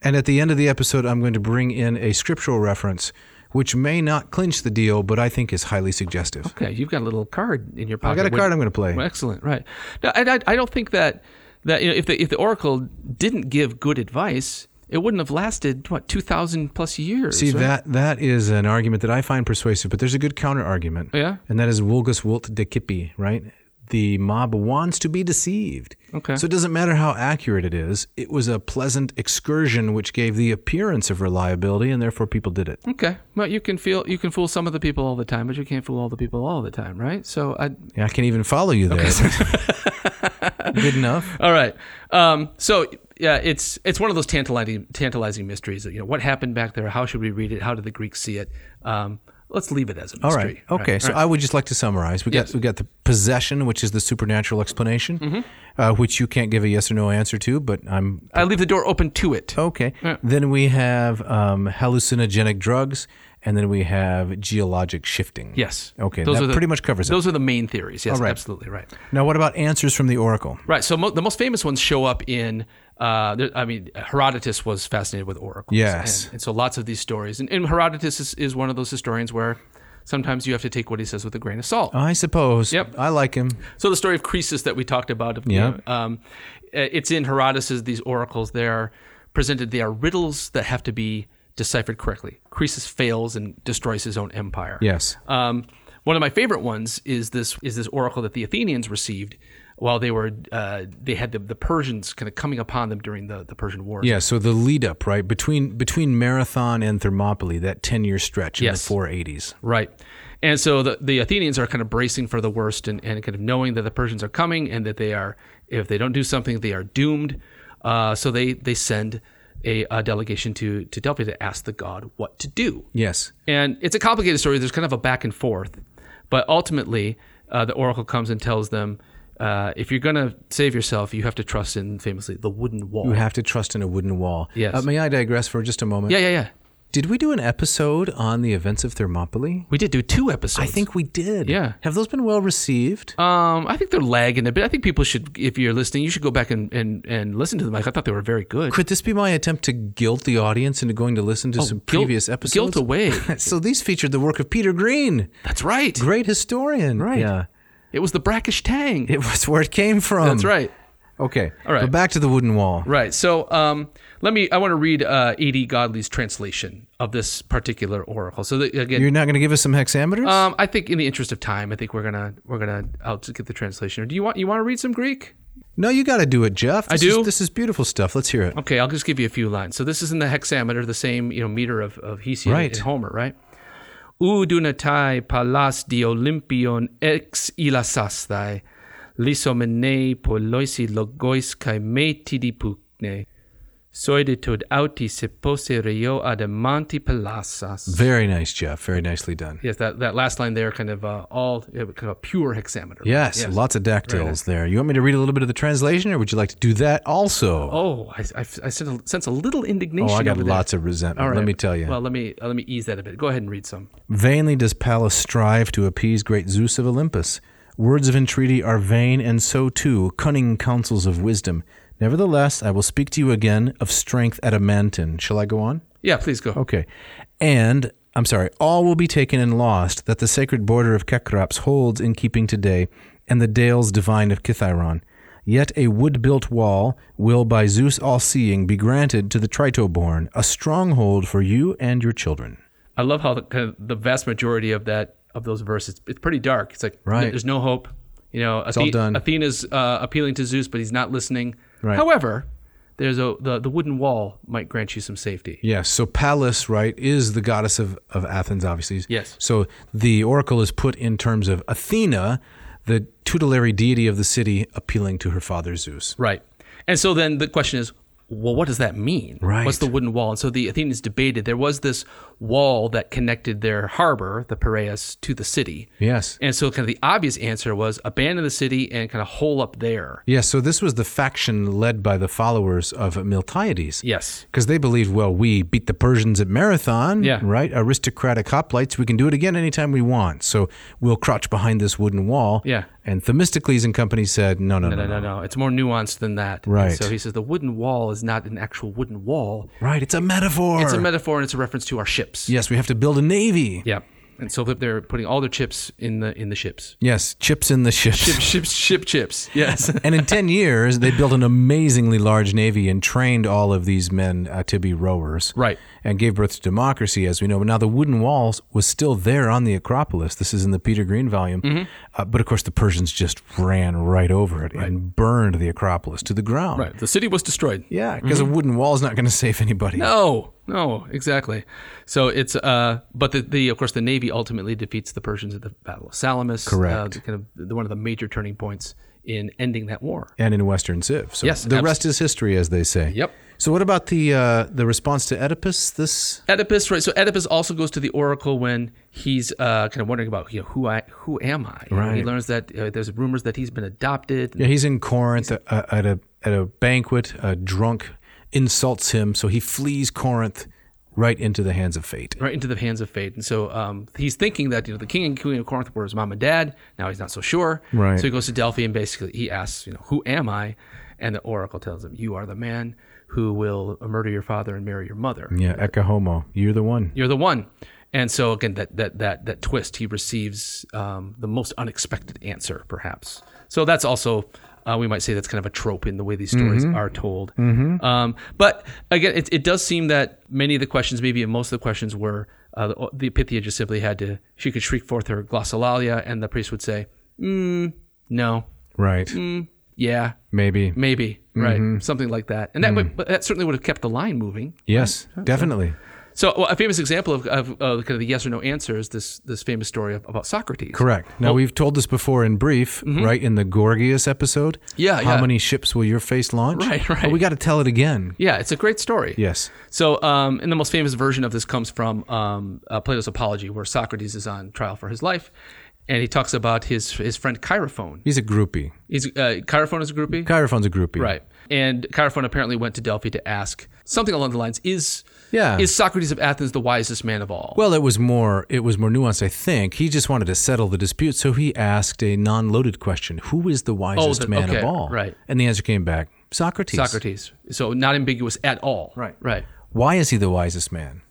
S2: And at the end of the episode, I'm going to bring in a scriptural reference, which may not clinch the deal, but I think is highly suggestive.
S1: Okay, you've got a little card in your pocket.
S2: I got a
S1: What-
S2: card I'm going to play.
S1: Well, excellent, right? No, I, I, I don't think that that you know if the if the oracle didn't give good advice, it wouldn't have lasted what two thousand plus years.
S2: See
S1: right?
S2: that that is an argument that I find persuasive, but there's a good counter argument.
S1: Yeah?
S2: and that is vulgus vult decipi, right? The mob wants to be deceived.
S1: Okay.
S2: So it doesn't matter how accurate it is. It was a pleasant excursion which gave the appearance of reliability, and therefore people did it.
S1: Okay, well you can feel you can fool some of the people all the time, but you can't fool all the people all the time, right? So I
S2: Yeah, I can't even follow you there. good enough.
S1: all right. Um, so yeah, it's it's one of those tantalizing tantalizing mysteries that you know what happened back there, how should we read it, how did the Greeks see it? Um, let's leave it as a mystery.
S2: All right. Okay. so I would just like to summarize. We got
S1: Yes.
S2: we got the possession, which is the supernatural explanation, uh, which you can't give a yes or no answer to, but I'm
S1: I leave the door open to it.
S2: okay. Then we have um, hallucinogenic drugs, and then we have geologic shifting.
S1: Yes.
S2: Okay. that pretty much covers
S1: those are the main theories. Yes,
S2: right.
S1: absolutely right.
S2: it. Now, what about answers from the oracle?
S1: Right. So mo- the most famous ones show up in. Uh, there- I mean, Herodotus was fascinated with oracles.
S2: Yes.
S1: And, and so lots of these stories. And, and Herodotus is, is one of those historians where sometimes you have to take what he says with a grain of salt.
S2: I suppose.
S1: Yep.
S2: I like him.
S1: So the story of Croesus that we talked about, you
S2: Yeah.
S1: know, um, uh, it's in Herodotus. These oracles they're presented. They are riddles that have to be deciphered correctly. Croesus fails and destroys his own empire.
S2: Yes.
S1: Um, one of my favorite ones is this is this oracle that the Athenians received, while they were uh, they had the, the Persians kind of coming upon them during the, the Persian War.
S2: Yeah, so the lead up, right? Between between Marathon and Thermopylae, that 10 year stretch in
S1: Yes.
S2: the 480s.
S1: Right. And so the, the Athenians are kind of bracing for the worst and, and kind of knowing that the Persians are coming and that they are, if they don't do something, they are doomed. Uh, so they, they send a, a delegation to, to Delphi to ask the god what to do.
S2: Yes.
S1: And it's a complicated story. There's kind of a back and forth. But ultimately, uh, the oracle comes and tells them uh, if you're going to save yourself, you have to trust in, famously, the wooden wall.
S2: You have to trust in a wooden wall.
S1: Yes.
S2: Uh, may I digress for just a moment?
S1: yeah, yeah, yeah.
S2: Did we do an episode on the events of Thermopylae?
S1: We did do two episodes.
S2: I think we did.
S1: Yeah.
S2: Have those been well received?
S1: Um, I think they're lagging a bit. I think people should, if you're listening, you should go back and, and, and listen to them. Like, I thought they were very good.
S2: Could this be my attempt to guilt the audience into going to listen to some
S1: Oh, Guilt-
S2: previous episodes?
S1: Guilt away.
S2: so these featured the work of Peter Green,
S1: That's right.
S2: great historian. Right. Yeah.
S1: It was the brackish tang.
S2: It was where it came from.
S1: That's right.
S2: Okay. All
S1: right.
S2: But back to the wooden wall.
S1: Right. So um, let me, I want to read uh, A.D. Godley's translation of this particular oracle. So that, again,
S2: You're not going to give us some hexameters?
S1: um, I think in the interest of time, I think we're gonna we're gonna I'll just get the translation. Or do you want you want to read some Greek?
S2: no, you got to do it, Jeff. This
S1: do? Um,
S2: Is, this is beautiful stuff. Let's hear it.
S1: Okay, I'll just give you a few lines. So this is in the hexameter, the same you know meter of, of Hesiod
S2: Right.
S1: and Homer, right? Udunatai palas di Olympion ex ilasastai, lisomene poloisi logois kai meti di pucne, soiditud auti se pose reo adamanti palasas.
S2: Very nice, Jeff. Very nicely done.
S1: Yes, that, that last line there, kind of uh, all yeah, kind of a pure hexameter.
S2: Yes, lots of dactyls there. You want me to read a little bit of the translation, or would you like to do that also?
S1: Oh, I, I, I sense a- sense a little indignation.
S2: Oh, I got
S1: over there.
S2: lots of resentment.
S1: All
S2: Let
S1: right.
S2: me tell you.
S1: Well, let me uh, let me ease that a bit. Go ahead and read some.
S2: Vainly does Pallas strive to appease great Zeus of Olympus. Words of entreaty are vain, and so too cunning counsels of wisdom. Nevertheless, I will speak to you again of strength at Amantin. Shall I go on?
S1: Yeah, please go.
S2: Okay. And I'm sorry, all will be taken and lost that the sacred border of Kekraps holds in keeping today, and the dales divine of Kithaeron. Yet a wood built wall will by Zeus all seeing be granted to the Tritoborn, a stronghold for you and your children.
S1: I love how the, kind of the vast majority of that of those verses it's pretty dark. It's like
S2: Right.
S1: there's no hope. You know,
S2: all
S1: Athe-
S2: done.
S1: Athena's uh, appealing to Zeus, but he's not listening.
S2: Right.
S1: However, there's a the, the wooden wall might grant you some safety.
S2: Yes. So Pallas, right, is the goddess of, of Athens, obviously.
S1: Yes.
S2: So the oracle is put in terms of Athena, the tutelary deity of the city, appealing to her father Zeus.
S1: Right. And so then the question is, well, what does that mean?
S2: Right.
S1: What's the wooden wall? And so the Athenians debated. There was this wall that connected their harbor, the Piraeus, to the city.
S2: Yes.
S1: And so kind of the obvious answer was abandon the city and kind of hole up there.
S2: Yeah, so this was the faction led by the followers of Miltiades.
S1: Yes.
S2: Because they believed, well, we beat the Persians at Marathon,
S1: Yeah.
S2: right? Aristocratic hoplites, we can do it again anytime we want. So we'll crouch behind this wooden wall.
S1: Yeah.
S2: And Themistocles and company said, no, no, no,
S1: No, no, no. It's more nuanced than that. And
S2: Right.
S1: so he says the wooden wall is not an actual wooden wall.
S2: Right, it's a metaphor.
S1: It's a metaphor and it's a reference to our ships.
S2: Yes, we have to build a navy.
S1: Yeah. And so they're putting all their chips in the in the ships.
S2: Yes, chips in the ships.
S1: Ships, ship chips. Yes.
S2: and in 10 years, they built an amazingly large navy and trained all of these men uh, to be rowers.
S1: Right.
S2: And gave birth to democracy, as we know. But now the wooden walls was still there on the Acropolis. This is in the Peter Green volume.
S1: Mm-hmm.
S2: Uh, but of course, the Persians just ran right over it and burned the Acropolis to the ground.
S1: right. The city was destroyed.
S2: Yeah, because a wooden wall is not going to save anybody.
S1: No, no, exactly. So it's uh, but the, the of course the navy ultimately defeats the Persians at the Battle of Salamis. Uh,
S2: Correct.
S1: the, kind of the, one of the major turning points in ending that war.
S2: And in Western Civ. So
S1: Yes,
S2: the
S1: abs-
S2: rest is history, as they say.
S1: Yep.
S2: So what about the uh, the response to Oedipus? This
S1: Oedipus, right? So Oedipus also goes to the oracle when he's uh, kind of wondering about you know, who I, who am I? You know, he
S2: Right.
S1: learns that uh, there's rumors that he's been adopted.
S2: Yeah, he's in Corinth uh, at a at a banquet. A drunk insults him, so he flees Corinth right into the hands of fate.
S1: Right into the hands of fate, and so um, he's thinking that you know the king and queen of Corinth were his mom and dad. Now he's not so sure.
S2: Right.
S1: So he goes to Delphi and basically he asks, you know, who am I? And the oracle tells him, you are the man who will murder your father and marry your mother.
S2: Yeah, Ekahomo, you're the one.
S1: You're the one. And so again, that that that that twist, he receives um, the most unexpected answer, perhaps. So that's also. Uh, we might say that's kind of a trope in the way these stories are told. Um, but again, it, it does seem that many of the questions, maybe most of the questions, were uh, the, the Pythia just simply had to, she could shriek forth her glossolalia, and the priest would say, mm, no,
S2: Right.
S1: Yeah,
S2: Maybe.
S1: maybe right, something like that. And that, would, but that certainly would have kept the line moving.
S2: Yes. Definitely.
S1: So well, a famous example of, of, of kind of the yes or no answer is this this famous story of, about Socrates.
S2: Correct. Now we've told this before in brief, right? In the Gorgias episode.
S1: Mm-hmm. Yeah,
S2: How
S1: yeah.
S2: many ships will your face launch?
S1: Right, right.
S2: But we got to tell it again.
S1: Yeah, it's a great story.
S2: Yes.
S1: So, um, and the most famous version of this comes from um, uh, Plato's Apology, where Socrates is on trial for his life, and he talks about his his friend Chirophon.
S2: He's a groupie.
S1: He's uh, Chirophon is a groupie,
S2: Chirophone's a groupie.
S1: right? And Chirophon apparently went to Delphi to ask something along the lines: Is
S2: Yeah.
S1: is Socrates of Athens the wisest man of all?
S2: Well, it was more it was more nuanced, I think. He just wanted to settle the dispute, so he asked a non-loaded question: Who is the wisest
S1: Oh, the-
S2: man
S1: okay,
S2: of all?
S1: right.
S2: And the answer came back: Socrates.
S1: Socrates, so not ambiguous at all.
S2: Right.
S1: right.
S2: Why is he the wisest man?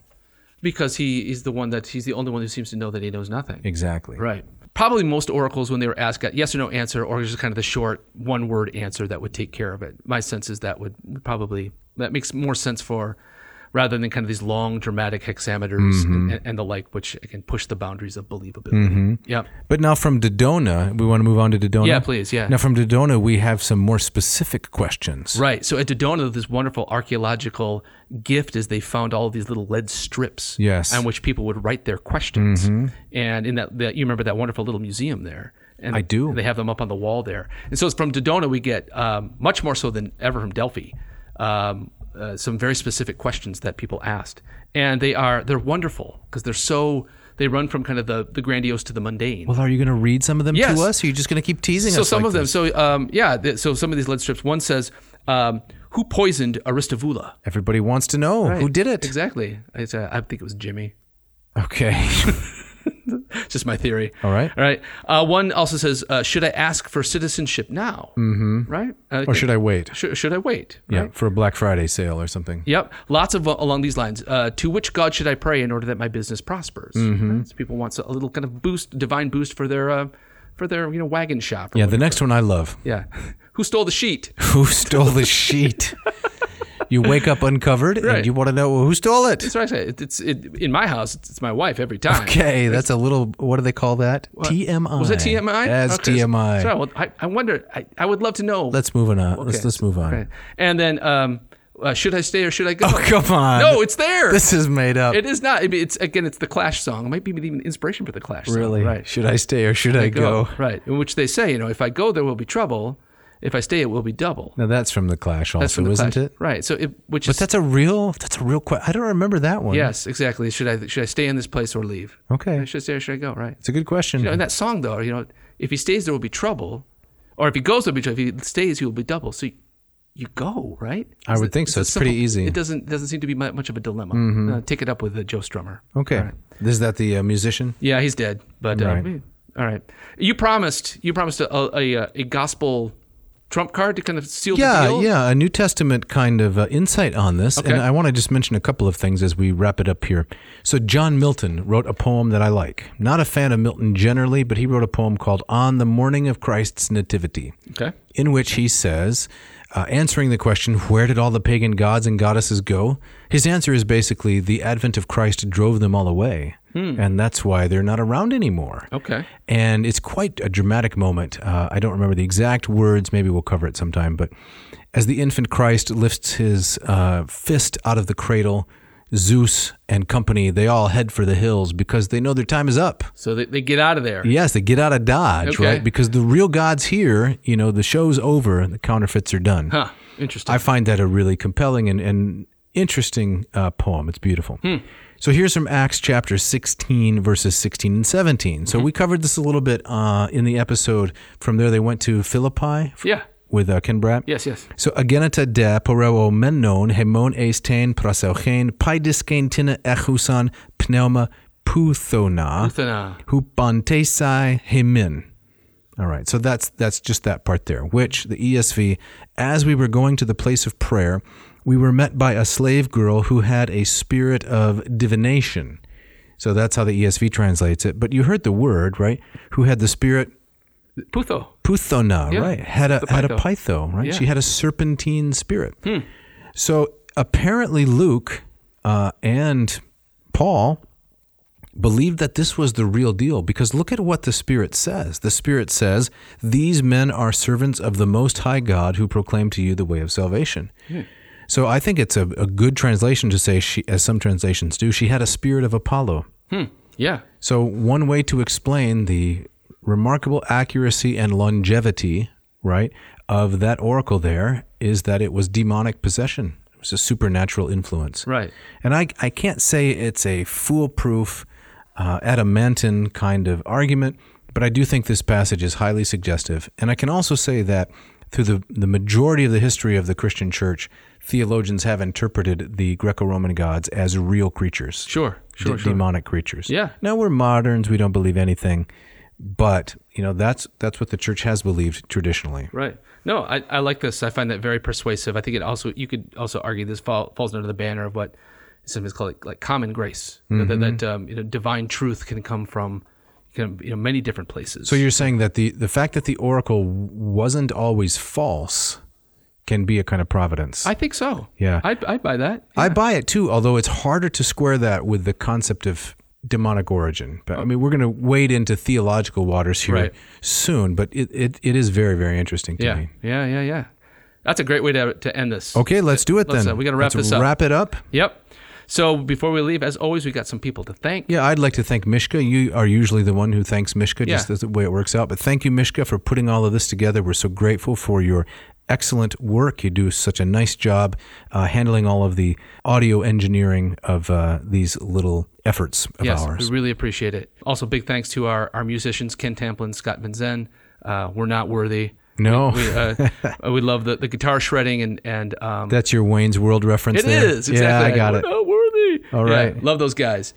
S1: Because he is the one that he's the only one who seems to know that he knows nothing.
S2: Exactly.
S1: Right. Probably most oracles, when they were asked, got yes or no answer, or just kind of the short one word answer that would take care of it. My sense is that would probably that makes more sense for rather than kind of these long dramatic hexameters and, and the like, which can push the boundaries of believability. Yep.
S2: But now from Dodona, we want to move on to Dodona.
S1: Yeah, please, yeah.
S2: Now from Dodona, we have some more specific questions.
S1: Right. So at Dodona, this wonderful archaeological gift is they found all these little lead strips
S2: Yes. Mm-hmm.
S1: on which people would write their questions. And in that, that, you remember that wonderful little museum there. And
S2: I do.
S1: They have them up on the wall there. And so it's from Dodona we get um, much more so than ever from Delphi. Um, uh, some very specific questions that people asked, and they are they're wonderful because they're so they run from kind of the the grandiose to the mundane.
S2: Well, are you going to read some of them
S1: Yes.
S2: to us? Or are you just going to keep teasing
S1: So
S2: us?
S1: some
S2: like
S1: of them.
S2: this?
S1: So um, yeah. Th- so some of these lead strips. One says, um, "Who poisoned Aristobula?"
S2: Everybody wants to know who did it.
S1: Exactly. It's, uh, I think it was Jimmy.
S2: Okay.
S1: It's just my theory.
S2: All right.
S1: All right. Uh, one also says, uh, "Should I ask for citizenship now?" Mm-hmm. Right.
S2: or should I wait?
S1: Should, should I wait?
S2: Yeah, for a Black Friday sale or something.
S1: Yep. Lots of uh, along these lines. Uh, to which God should I pray in order that my business prospers?
S2: Mm-hmm.
S1: Right? So people want a little kind of boost, divine boost for their, uh, for their you know wagon shop. or
S2: Yeah,
S1: whatever.
S2: the next one I love.
S1: yeah. Who stole the sheet?
S2: Who stole the sheet? You wake up uncovered
S1: Right.
S2: and you want to know well, who stole it.
S1: That's what I say. It, it's it, in my house. It's, it's my wife every time.
S2: Okay, that's a little. What do they call that? TMI.
S1: Was that TMI?
S2: That's
S1: Okay, so-
S2: TMI.
S1: So, well, I, I wonder. I, I would love to know.
S2: Let's move on. Let's
S1: Okay,
S2: let's move on.
S1: Okay. And then, um, uh, should I stay or should I go?
S2: Oh come on!
S1: No, it's there.
S2: This is made up.
S1: it is not. I mean, It's again. It's the Clash song. It might be even the inspiration for the Clash. song.
S2: really.
S1: Right.
S2: Should I stay or should I go?
S1: Right. In which they say, you know, if I go, there will be trouble. If I stay, it will be double.
S2: Now that's from the Clash, also,
S1: from the
S2: isn't
S1: Clash.
S2: it?
S1: Right. So, it, which
S2: But
S1: is
S2: that's a real. That's a real. Que- I don't remember that one.
S1: yes, exactly. Should I should I stay in this place or leave?
S2: Okay.
S1: Should I stay or should I go? Right.
S2: It's a good question.
S1: You know, in that song though, you know, if he stays, there will be trouble, or if he goes, there'll be trouble. If he stays, he will be double. So you, you go, right?
S2: I would think
S1: a
S2: so. It's pretty easy. Mm-hmm.
S1: It doesn't doesn't seem to be mu- much of a dilemma. Uh, take it up with uh, Joe Strummer.
S2: okay.
S1: All right.
S2: Is that the uh, musician?
S1: Yeah, he's dead. But uh,
S2: Right.
S1: eh, all right, you promised you promised a a, uh, a, a gospel trump card to kind of seal the
S2: Yeah,
S1: deal.
S2: yeah, a New Testament kind of uh, insight on this,
S1: Okay.
S2: and I want to just mention a couple of things as we wrap it up here. So John Milton wrote a poem that I like. Not a fan of Milton generally, but he wrote a poem called "On the Morning of Christ's Nativity."
S1: Okay.
S2: in which he says, uh, answering the question, where did all the pagan gods and goddesses go? His answer is basically, the advent of Christ drove them all away.
S1: Hmm.
S2: And that's why they're not around anymore.
S1: Okay.
S2: And it's quite a dramatic moment. Uh, I don't remember the exact words. Maybe we'll cover it sometime. But as the infant Christ lifts his uh, fist out of the cradle, Zeus and company, they all head for the hills because they know their time is up.
S1: So they, they get out of there.
S2: Yes, they get out of Dodge,
S1: Okay.
S2: right? Because the real God's here, you know, the show's over and the counterfeits are done.
S1: Huh. Interesting.
S2: I find that a really compelling and, and interesting uh, poem. It's beautiful.
S1: Hmm.
S2: So here's from Acts chapter 16, verses 16 and 17. So we
S1: Hmm.
S2: covered this a little bit uh, in the episode. From there, they went to Philippi f-
S1: yeah.
S2: with uh, Ken Bratt.
S1: Yes. Yes.
S2: So agenata de poreo mennon hemon estain praseuchen paidiskein tina echusan pneuma puthona
S1: Euthana.
S2: hupantesai hemin. All right, so that's that's just that part there. Which the ESV, as we were going to the place of prayer, we were met by a slave girl who had a spirit of divination. So that's how the ESV translates it. But you heard the word right? Who had the spirit
S1: Putho.
S2: Puthona,
S1: Yeah,
S2: right? Had a
S1: the
S2: had a
S1: pytho.
S2: pytho, right?
S1: Yeah. Hmm.
S2: She had a serpentine spirit. So apparently, Luke uh, and Paul believed that this was the real deal because look at what the Spirit says. The Spirit says, These men are servants of the Most High God who proclaim to you the way of salvation.
S1: Hmm.
S2: So I think it's a, a good translation to say, she, as some translations do, she had a spirit of Apollo.
S1: Yeah.
S2: So, one way to explain the remarkable accuracy and longevity, right, of that oracle there is that it was demonic possession. It was a supernatural influence.
S1: Right.
S2: And I, I can't say it's a foolproof, uh, adamantine kind of argument, but I do think this passage is highly suggestive. And I can also say that through the, the majority of the history of the Christian church, theologians have interpreted the Greco Roman gods as real creatures
S1: Sure. Sure.
S2: de-
S1: sure.
S2: demonic creatures.
S1: Yeah.
S2: Now we're moderns; we don't believe anything, but you know that's that's what the church has believed traditionally.
S1: Right. No, I, I like this. I find that very persuasive. I think it also you could also argue this fall, falls under the banner of what some is called like, like common grace. You know,
S2: Mm-hmm.
S1: that that um, you know divine truth can come from can, you know many different places.
S2: So you're saying that the the fact that the oracle wasn't always false can be a kind of providence.
S1: I think so.
S2: Yeah.
S1: I'd, I'd buy that.
S2: I buy it too, although it's harder to square that with the concept of demonic origin. But I mean, we're going to wade into theological waters here
S1: Right.
S2: soon, but it, it, it is very, very interesting to
S1: Yeah.
S2: me.
S1: Yeah. Yeah. Yeah. That's a great way to, to end this.
S2: Okay, let's do it
S1: Let's,
S2: then.
S1: uh, we gotta wrap
S2: Let's
S1: this up.
S2: Wrap it up.
S1: Yep. So before we leave, as always, we got some people to thank.
S2: Yeah, I'd like to thank Mishka. You are usually the one who thanks Mishka, just
S1: Yeah.
S2: the way it works out. But thank you, Mishka, for putting all of this together. We're so grateful for your excellent work. You do such a nice job uh, handling all of the audio engineering of uh, these little efforts of
S1: yes,
S2: ours.
S1: we really appreciate it. Also, big thanks to our, our musicians, Ken Tamplin, Scott Benzen. Uh, we're not worthy.
S2: No.
S1: We, uh, we love the, the guitar shredding and, and um,
S2: That's your Wayne's World reference
S1: It is
S2: there.
S1: exactly.
S2: Yeah, I got
S1: We're
S2: it.
S1: Not worthy.
S2: All
S1: Yeah,
S2: right.
S1: love those guys.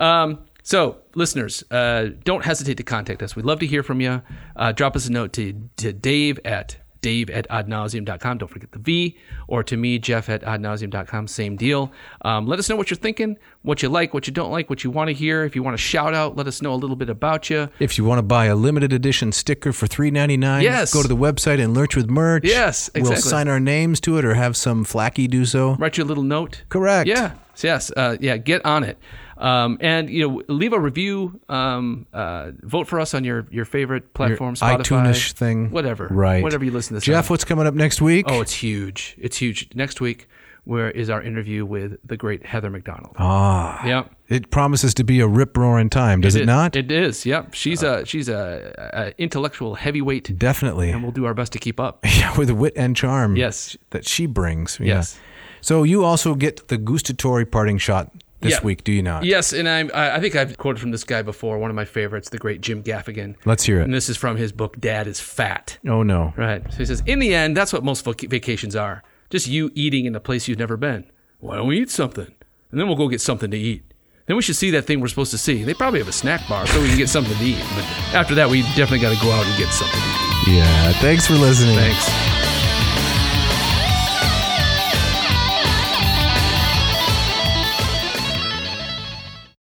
S1: Um, so, listeners, uh, don't hesitate to contact us. We'd love to hear from you. Uh, drop us a note to, to Dave at dave at adnauseum.com. Don't forget the V. Or to me, Jeff at adnauseum.com. Same deal. Um, let us know what you're thinking, what you like, what you don't like, what you want to hear. If you want to shout out, let us know a little bit about you.
S2: If you want to buy a limited edition sticker for three ninety nine,
S1: Yes.
S2: go to the website and lurch with merch.
S1: Yes, exactly.
S2: We'll sign our names to it or have some flacky do so.
S1: write you a little note.
S2: Correct.
S1: Yeah. Yes. Uh, yeah. Get on it. Um, and you know, leave a review. Um, uh, vote for us on your your favorite platform, Spotify,
S2: iTunes thing.
S1: whatever.
S2: Right.
S1: Whatever you listen to. This
S2: Jeff,
S1: on.
S2: what's coming up next week?
S1: Oh, it's huge. It's huge. Next week, where is our interview with the great Heather McDonald?
S2: Ah,
S1: Yep.
S2: it promises to be a rip roaring time, does it, not?
S1: It is. Yep. She's a she's a, a intellectual heavyweight, and
S2: Definitely.
S1: we'll do our best to keep up.
S2: Yeah, with the wit and charm
S1: Yes.
S2: that she brings. Yeah.
S1: Yes.
S2: So you also get the gustatory parting shot this
S1: Yeah.
S2: week, do you not?
S1: Yes, and I'm, I I think I've quoted from this guy before, one of my favorites, the great Jim Gaffigan.
S2: Let's hear it.
S1: And this is from his book, Dad is Fat.
S2: Oh, no.
S1: Right. So he says, in the end, that's what most vac- vacations are just you eating in a place you've never been. Why don't we eat something? And then we'll go get something to eat. Then we should see that thing we're supposed to see. They probably have a snack bar so we can get something to eat. But after that, we definitely got to go out and get something to eat.
S2: Yeah. Thanks for listening.
S1: Thanks.